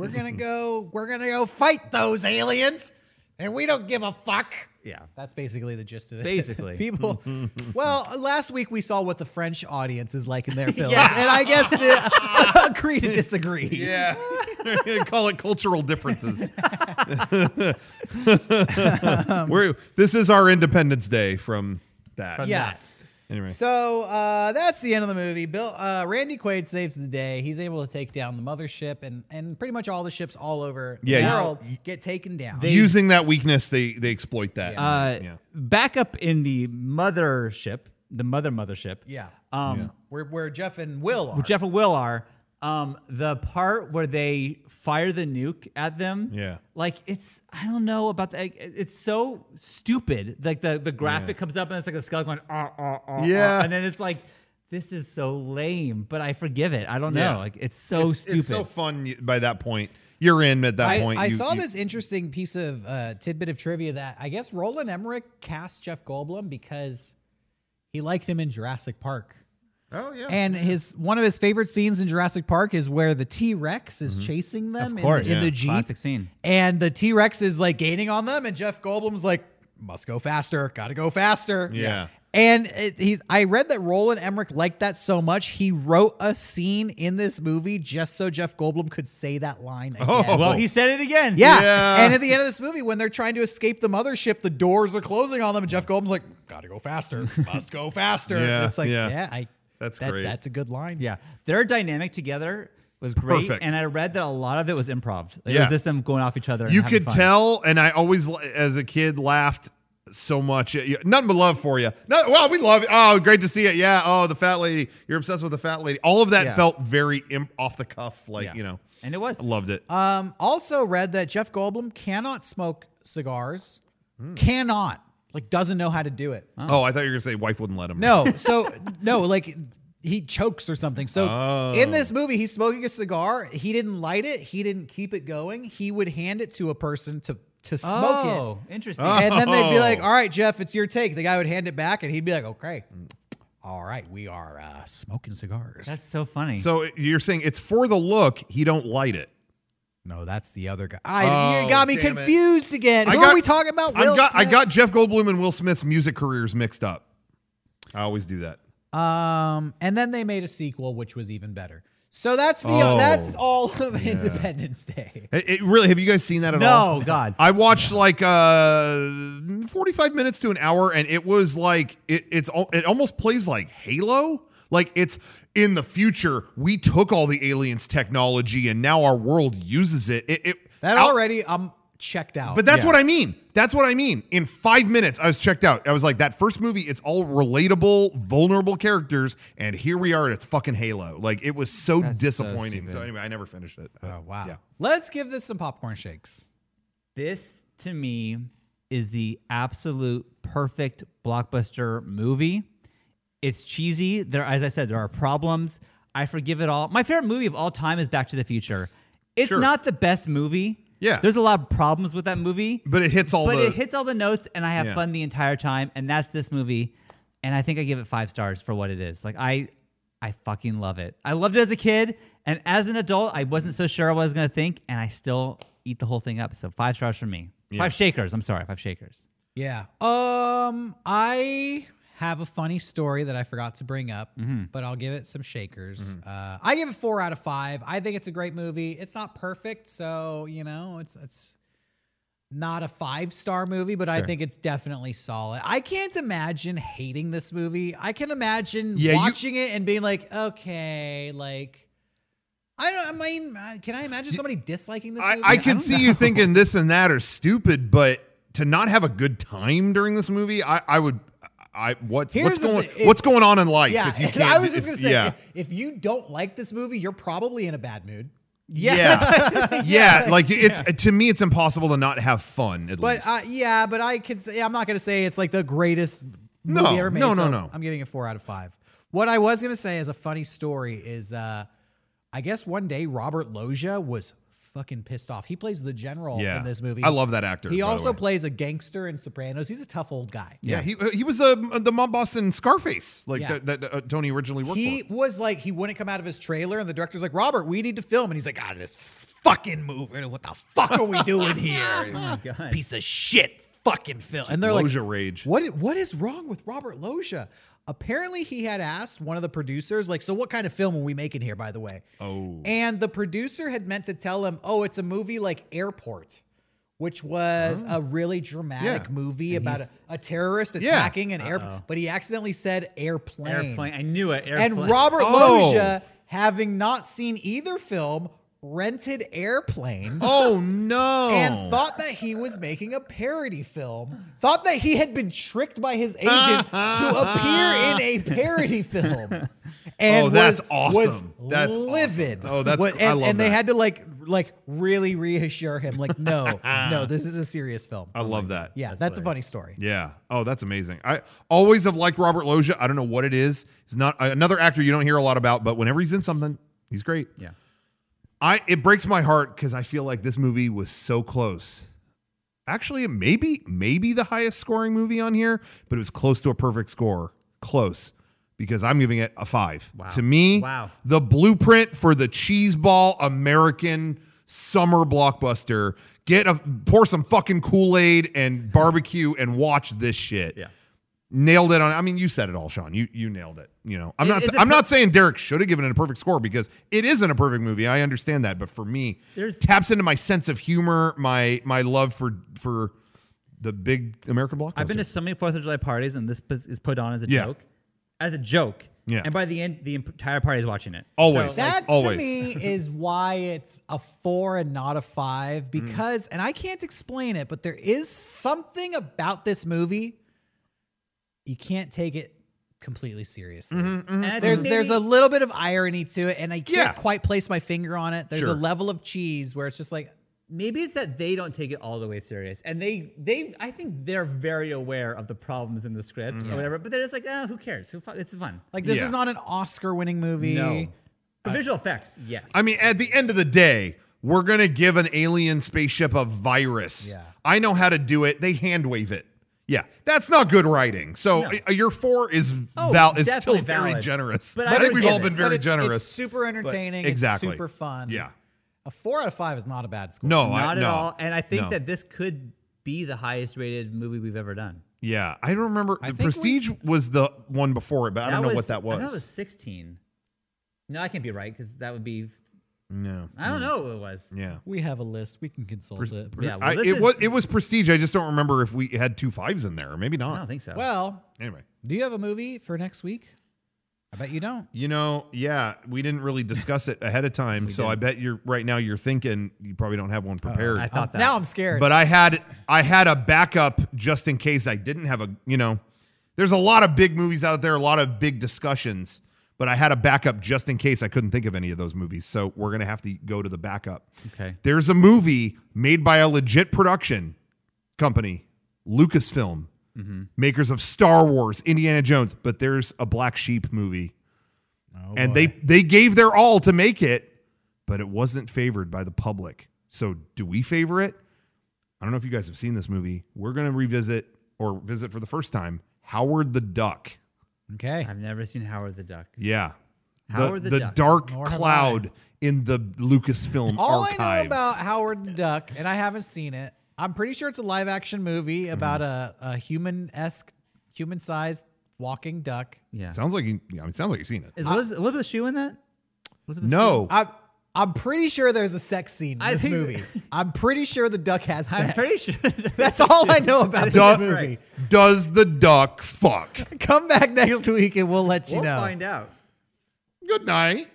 [SPEAKER 5] gonna go. We're gonna go fight those aliens, and we don't give a fuck.
[SPEAKER 4] Yeah.
[SPEAKER 5] That's basically the gist of it.
[SPEAKER 4] Basically.
[SPEAKER 5] people. Well, last week we saw what the French audience is like in their films, and I guess the, agree to disagree.
[SPEAKER 3] yeah, call it cultural differences. We're this is our Independence Day from that.
[SPEAKER 5] Yeah.
[SPEAKER 3] Anyway.
[SPEAKER 5] So uh, that's the end of the movie. Bill uh, Randy Quaid saves the day. He's able to take down the mothership, and and pretty much all the ships all over the
[SPEAKER 3] Yeah, you-
[SPEAKER 5] world get taken down.
[SPEAKER 4] They-
[SPEAKER 3] Using that weakness, they they exploit that.
[SPEAKER 4] Uh,
[SPEAKER 3] yeah.
[SPEAKER 4] Back up in the mothership, the mother mothership.
[SPEAKER 5] yeah,
[SPEAKER 4] Um,
[SPEAKER 5] where where Jeff and Will are.
[SPEAKER 4] Jeff and Will are. Um, the part where they fire the nuke at them.
[SPEAKER 3] Yeah.
[SPEAKER 4] Like it's I don't know about that. It's so stupid. Like the the graphic comes up and it's like a skull going ah ah ah.
[SPEAKER 3] Yeah.
[SPEAKER 4] And then it's like. This is so lame, but I forgive it. I don't know.
[SPEAKER 3] Yeah.
[SPEAKER 4] Like it's so stupid.
[SPEAKER 3] It's so fun y- by that point. You're in at that
[SPEAKER 5] I,
[SPEAKER 3] point.
[SPEAKER 5] I
[SPEAKER 3] You-
[SPEAKER 5] saw
[SPEAKER 3] you-
[SPEAKER 5] this interesting piece of uh, tidbit of trivia that I guess Roland Emmerich cast Jeff Goldblum because he liked him in Jurassic Park.
[SPEAKER 3] Oh yeah.
[SPEAKER 5] And his one of his favorite scenes in Jurassic Park is where the T Rex
[SPEAKER 3] Mm-hmm.
[SPEAKER 5] is chasing them in the-
[SPEAKER 4] course.
[SPEAKER 5] in,
[SPEAKER 4] Yeah.
[SPEAKER 5] the jeep,
[SPEAKER 4] Classic scene.
[SPEAKER 5] and the T Rex is like gaining on them, and Jeff Goldblum's like, "Must go faster, gotta go faster."
[SPEAKER 3] Yeah.
[SPEAKER 5] And it, he's, I read that Roland Emmerich liked that so much he wrote a scene in this movie just so Jeff Goldblum could say that line. Again.
[SPEAKER 3] Oh.
[SPEAKER 4] well, he said it again.
[SPEAKER 5] Yeah.
[SPEAKER 3] Yeah.
[SPEAKER 5] And at the end of this movie, when they're trying to escape the mothership, the doors are closing on them, and Jeff Goldblum's like, "Gotta go faster, must go faster."
[SPEAKER 3] Yeah,
[SPEAKER 5] And it's like,
[SPEAKER 3] yeah.
[SPEAKER 5] yeah, I.
[SPEAKER 3] That's
[SPEAKER 5] that-
[SPEAKER 3] great.
[SPEAKER 5] That's a good line.
[SPEAKER 4] Yeah, their dynamic together was great,
[SPEAKER 3] Perfect.
[SPEAKER 4] and I read that a lot of it was improv. Like, It
[SPEAKER 3] Yeah.
[SPEAKER 4] was just them going off each other. and
[SPEAKER 3] you
[SPEAKER 4] having
[SPEAKER 3] could
[SPEAKER 4] fun.
[SPEAKER 3] tell, and I always, l- as a kid, laughed so much. At you. Nothing but love for you. No, well, we love. You. Oh, great to see it. Yeah. Oh, the fat lady. You're obsessed with the fat lady. All of that
[SPEAKER 4] Yeah.
[SPEAKER 3] felt very imp- off the cuff. Like
[SPEAKER 4] Yeah.
[SPEAKER 3] you know,
[SPEAKER 4] and it was. Uh,
[SPEAKER 3] I loved it.
[SPEAKER 5] Um. Also read that Jeff Goldblum cannot smoke cigars.
[SPEAKER 3] Hmm.
[SPEAKER 5] Cannot. Like doesn't know how to do it.
[SPEAKER 3] oh, I thought you were gonna say wife wouldn't let him.
[SPEAKER 5] No. So no. Like he chokes or something. So in
[SPEAKER 3] Oh.
[SPEAKER 5] this movie, he's smoking a cigar. He didn't light it. He didn't keep it going. He would hand it to a person to to smoke it.
[SPEAKER 4] oh, interesting.
[SPEAKER 5] And then they'd be like,
[SPEAKER 3] Oh.
[SPEAKER 5] "All right, Jeff, it's your take." The guy would hand it back, and he'd be like, "Okay, all right, we are uh, smoking cigars."
[SPEAKER 4] That's so funny.
[SPEAKER 3] So it- you're saying it's for the look. He don't light it.
[SPEAKER 5] no, that's the other guy. I,
[SPEAKER 3] Oh,
[SPEAKER 5] you got me
[SPEAKER 3] damn it.
[SPEAKER 5] confused again.
[SPEAKER 3] I
[SPEAKER 5] Who
[SPEAKER 3] got-
[SPEAKER 5] are we talking about?
[SPEAKER 3] I
[SPEAKER 5] Will
[SPEAKER 3] got I
[SPEAKER 5] Smith?
[SPEAKER 3] got Jeff Goldblum and Will Smith's music careers mixed up. I always do that.
[SPEAKER 5] Um, and then they made a sequel, which was even better. So that's the
[SPEAKER 3] Oh,
[SPEAKER 5] that's all of Independence Day.
[SPEAKER 3] It, it really have you guys seen that at all?
[SPEAKER 4] no, God.
[SPEAKER 3] I watched like uh 45 minutes to an hour and it was like it it's al- it almost plays like Halo. Like it's in the future we took all the aliens technology and now our world uses it. It, it
[SPEAKER 5] That
[SPEAKER 3] out-
[SPEAKER 5] already, I'm checked out.
[SPEAKER 3] But that's
[SPEAKER 4] Yeah.
[SPEAKER 3] what I mean. That's what I mean. In five minutes, I was checked out. I was like, that first movie, it's all relatable, vulnerable characters, and here we are, and it's fucking Halo. Like it was so
[SPEAKER 4] That's so
[SPEAKER 3] disappointing.
[SPEAKER 4] stupid.
[SPEAKER 3] So, anyway, I never finished it. but
[SPEAKER 5] oh, wow.
[SPEAKER 3] Yeah.
[SPEAKER 5] Let's give this some popcorn shakes.
[SPEAKER 4] This to me is the absolute perfect blockbuster movie. It's cheesy. There, as I said, there are problems. I forgive it all. My favorite movie of all time is Back to the Future. It's
[SPEAKER 3] Sure.
[SPEAKER 4] not the best movie.
[SPEAKER 3] Yeah.
[SPEAKER 4] There's a lot of problems with that movie.
[SPEAKER 3] But it hits all
[SPEAKER 4] but
[SPEAKER 3] the
[SPEAKER 4] it hits all the notes and i have
[SPEAKER 3] Yeah.
[SPEAKER 4] fun the entire time and that's this movie and i think i give it five stars for what it is like i i fucking love it i loved it as a kid and as an adult i wasn't so sure what i was going to think and i still eat the whole thing up so five stars for me five shakers i'm sorry five shakers
[SPEAKER 5] Yeah. Um, I have a funny story that I forgot to bring up,
[SPEAKER 3] Mm-hmm.
[SPEAKER 5] but I'll give it some shakers. Uh, I give it four out of five. I think it's a great movie. It's not perfect, so you know, it's it's not a five star movie, but I think it's definitely solid. I can't imagine hating this movie. I can imagine
[SPEAKER 3] Yeah, you-
[SPEAKER 5] watching it and being like, okay, like. I don't. I mean, uh, can I imagine somebody disliking this?
[SPEAKER 3] I,
[SPEAKER 5] movie?
[SPEAKER 3] I can
[SPEAKER 5] don't
[SPEAKER 3] see
[SPEAKER 5] know.
[SPEAKER 3] you thinking this and that are stupid, but to not have a good time during this movie, I, I would. I what's
[SPEAKER 5] Here's
[SPEAKER 3] what's
[SPEAKER 5] the
[SPEAKER 3] going
[SPEAKER 5] thi- it-
[SPEAKER 3] what's going on in life?
[SPEAKER 5] Yeah,
[SPEAKER 3] if you
[SPEAKER 5] and
[SPEAKER 3] can't,
[SPEAKER 5] I was just
[SPEAKER 3] if-
[SPEAKER 5] gonna say,
[SPEAKER 3] yeah,
[SPEAKER 5] if, if you don't like this movie, you're probably in a bad mood.
[SPEAKER 3] yeah, yeah, Like it's to me, it's impossible to not have fun. At
[SPEAKER 5] But
[SPEAKER 3] least,
[SPEAKER 5] uh, yeah, but I can say I'm not gonna say it's like the greatest movie
[SPEAKER 3] No,
[SPEAKER 5] ever made.
[SPEAKER 3] no, no,
[SPEAKER 5] so
[SPEAKER 3] no.
[SPEAKER 5] I'm giving it four out of five. What I was gonna say as a funny story is, uh, I guess one day Robert Loggia was fucking pissed off. He plays the general
[SPEAKER 3] yeah,
[SPEAKER 5] in this movie.
[SPEAKER 3] I love that actor.
[SPEAKER 5] He
[SPEAKER 3] by the
[SPEAKER 5] also
[SPEAKER 3] way.
[SPEAKER 5] plays a gangster in Sopranos. He's a tough old guy.
[SPEAKER 3] Yeah, he he was uh, the mob boss in Scarface, like
[SPEAKER 5] Yeah.
[SPEAKER 3] that, that uh, Tony originally worked
[SPEAKER 5] He
[SPEAKER 3] for.
[SPEAKER 5] was like, he wouldn't come out of his trailer, and the director's like, Robert, we need to film. And he's like, ah, this fucking movie. What the fuck are we doing
[SPEAKER 3] Oh
[SPEAKER 5] here? Piece of shit fucking film. And they're
[SPEAKER 3] Loggia
[SPEAKER 5] like,
[SPEAKER 3] rage.
[SPEAKER 5] What, i- what is wrong with Robert Loggia? Apparently, he had asked one of the producers, like, so what kind of film are we making here, by the way?
[SPEAKER 3] Oh.
[SPEAKER 5] And the producer had meant to tell him, oh, it's a movie like Airport. Which was a really dramatic
[SPEAKER 3] Oh. Yeah.
[SPEAKER 5] movie about a, a terrorist
[SPEAKER 3] Yeah.
[SPEAKER 5] attacking an airport, but he accidentally said airplane.
[SPEAKER 4] airplane i knew it airplane.
[SPEAKER 5] And Robert
[SPEAKER 3] Oh.
[SPEAKER 5] Loggia, having not seen either film, rented Airplane
[SPEAKER 3] Oh no!
[SPEAKER 5] and thought that he was making a parody film. Thought that he had been tricked by his agent to appear in a parody film. And
[SPEAKER 3] Oh, that's
[SPEAKER 5] was,
[SPEAKER 3] awesome.
[SPEAKER 5] was
[SPEAKER 3] That's awesome.
[SPEAKER 5] livid.
[SPEAKER 3] Oh, that's
[SPEAKER 5] Wa-
[SPEAKER 3] gr-
[SPEAKER 5] and,
[SPEAKER 3] I love
[SPEAKER 5] and they
[SPEAKER 3] that.
[SPEAKER 5] had to like like really reassure him, like, no, no, this is a serious film.
[SPEAKER 3] I love that.
[SPEAKER 5] yeah, that's a funny story.
[SPEAKER 3] Yeah. Oh, that's amazing. I always have liked Robert Loggia. I don't know what it is. He's not another actor you don't hear a lot about, but whenever he's in something, he's great.
[SPEAKER 4] yeah
[SPEAKER 3] I it breaks my heart because I feel like this movie was so close. Actually, maybe maybe the highest scoring movie on here, but it was close to a perfect score. Close. Because I'm giving it a five.
[SPEAKER 4] Wow.
[SPEAKER 3] To me,
[SPEAKER 4] Wow.
[SPEAKER 3] the blueprint for the cheeseball American summer blockbuster. Get a pour some fucking Kool-Aid and barbecue and watch this shit.
[SPEAKER 4] Yeah.
[SPEAKER 3] Nailed it on. I mean, you said it all, Sean. You you nailed it. You know, I'm
[SPEAKER 4] It
[SPEAKER 3] not.
[SPEAKER 4] is a
[SPEAKER 3] I'm
[SPEAKER 4] per-
[SPEAKER 3] not saying Derek should have given it a perfect score because it isn't a perfect movie. I understand that, but for me,
[SPEAKER 4] There's-
[SPEAKER 3] taps into my sense of humor, my my love for for the big American blockbuster.
[SPEAKER 4] I've been to so many Fourth of July parties, and this p- is put on as a
[SPEAKER 3] Yeah.
[SPEAKER 4] joke, as a joke.
[SPEAKER 3] Yeah.
[SPEAKER 4] And by the end, the imp- entire party is watching it.
[SPEAKER 3] Always.
[SPEAKER 4] So, like,
[SPEAKER 5] That
[SPEAKER 3] always.
[SPEAKER 5] to me is why it's a four and not a
[SPEAKER 3] Mm.
[SPEAKER 5] five because, and I can't explain it, but there is something about this movie you can't take it completely seriously.
[SPEAKER 4] and I think
[SPEAKER 5] There's
[SPEAKER 4] maybe-
[SPEAKER 5] there's a little bit of irony to it, and I can't
[SPEAKER 3] Mm-hmm, Yeah.
[SPEAKER 5] quite place my finger on it. There's
[SPEAKER 3] Sure.
[SPEAKER 5] a level of cheese where it's just like,
[SPEAKER 4] maybe it's that they don't take it all the way serious, and they they I think they're very aware of the problems in the script
[SPEAKER 3] Mm-hmm.
[SPEAKER 4] or whatever, but they're just like, oh, who cares? Who fu- it's fun.
[SPEAKER 5] like this
[SPEAKER 3] Yeah.
[SPEAKER 5] is not an Oscar-winning movie.
[SPEAKER 4] no. The visual effects, yes.
[SPEAKER 3] I mean, at the end of the day, we're gonna give an alien spaceship a virus.
[SPEAKER 5] Yeah.
[SPEAKER 3] I know how to do it. They hand wave it. Yeah, that's not good writing. So
[SPEAKER 4] No.
[SPEAKER 3] uh, your four is
[SPEAKER 4] Oh,
[SPEAKER 3] val is still
[SPEAKER 4] definitely
[SPEAKER 3] very
[SPEAKER 4] valid.
[SPEAKER 3] generous.
[SPEAKER 4] But I
[SPEAKER 3] I, think
[SPEAKER 4] would
[SPEAKER 3] we've
[SPEAKER 4] give
[SPEAKER 3] all
[SPEAKER 4] it.
[SPEAKER 3] been
[SPEAKER 5] But
[SPEAKER 3] very
[SPEAKER 5] it's-
[SPEAKER 3] generous.
[SPEAKER 5] It's super entertaining.
[SPEAKER 3] exactly.
[SPEAKER 5] It's super fun.
[SPEAKER 3] Yeah.
[SPEAKER 5] A four out of five is not a bad score.
[SPEAKER 3] No, I,
[SPEAKER 4] not at
[SPEAKER 3] no.
[SPEAKER 4] all. And I think
[SPEAKER 3] No.
[SPEAKER 4] that this could be the highest rated movie we've ever done.
[SPEAKER 3] Yeah, I don't remember.
[SPEAKER 5] I
[SPEAKER 3] the
[SPEAKER 5] think we-
[SPEAKER 3] Prestige was the one before it, but I don't know what that
[SPEAKER 4] I
[SPEAKER 3] was.
[SPEAKER 4] thought it was 16. No, I can't be right because that would be.
[SPEAKER 3] no.
[SPEAKER 4] I don't know what it was.
[SPEAKER 3] Yeah.
[SPEAKER 5] We have a list. We can consult it.
[SPEAKER 4] Yeah, well,
[SPEAKER 3] I,
[SPEAKER 4] this
[SPEAKER 3] it
[SPEAKER 4] is-
[SPEAKER 3] was it was Prestige. I just don't remember if we had two fives in there, or maybe
[SPEAKER 4] I
[SPEAKER 3] not.
[SPEAKER 4] don't think so.
[SPEAKER 5] Well,
[SPEAKER 3] anyway,
[SPEAKER 5] Do you have a movie for next week? I bet you don't.
[SPEAKER 3] You know, yeah, we didn't really discuss it ahead of time, so I bet you're right now you're thinking you probably don't have one prepared.
[SPEAKER 4] I thought that.
[SPEAKER 5] Now I'm scared.
[SPEAKER 3] but I had I had a backup just in case I didn't have a, you know, there's a lot of big movies out there, a lot of big discussions, but I had a backup just in case I couldn't think of any of those movies. So we're going to have to go to the backup.
[SPEAKER 4] Okay.
[SPEAKER 3] There's a movie made by a legit production company, Lucasfilm,
[SPEAKER 5] Mm-hmm.
[SPEAKER 3] makers of Star Wars, Indiana Jones, but there's a Black Sheep movie.
[SPEAKER 5] Oh,
[SPEAKER 3] and they they gave their all to make it, but it wasn't favored by the public. So do we favor it? I don't know if you guys have seen this movie. We're going to revisit or visit for the first time Howard the Duck.
[SPEAKER 5] okay.
[SPEAKER 4] I've never seen Howard the Duck.
[SPEAKER 3] Yeah.
[SPEAKER 4] Howard the Duck.
[SPEAKER 3] dark
[SPEAKER 5] Nor have
[SPEAKER 3] cloud in the Lucasfilm
[SPEAKER 5] All
[SPEAKER 3] archives.
[SPEAKER 5] I know about Howard the Duck, and I haven't seen it. I'm pretty sure it's a live action
[SPEAKER 4] Mm-hmm.
[SPEAKER 5] movie about a, a human esque, human sized walking duck.
[SPEAKER 4] Yeah.
[SPEAKER 3] sounds like you, yeah, it sounds like you've seen it.
[SPEAKER 4] Is Eliz- Elizabeth Shue in that? Elizabeth
[SPEAKER 3] No.
[SPEAKER 5] I, I'm pretty sure there's a sex scene in
[SPEAKER 4] I
[SPEAKER 5] this
[SPEAKER 4] think-
[SPEAKER 5] movie. I'm pretty sure the duck has sex.
[SPEAKER 4] I'm pretty sure.
[SPEAKER 5] That's all I know about this
[SPEAKER 3] Duck-
[SPEAKER 5] movie.
[SPEAKER 3] Does the duck fuck?
[SPEAKER 5] Come back next week and we'll let you
[SPEAKER 4] We'll
[SPEAKER 5] know.
[SPEAKER 4] find out.
[SPEAKER 3] Good night.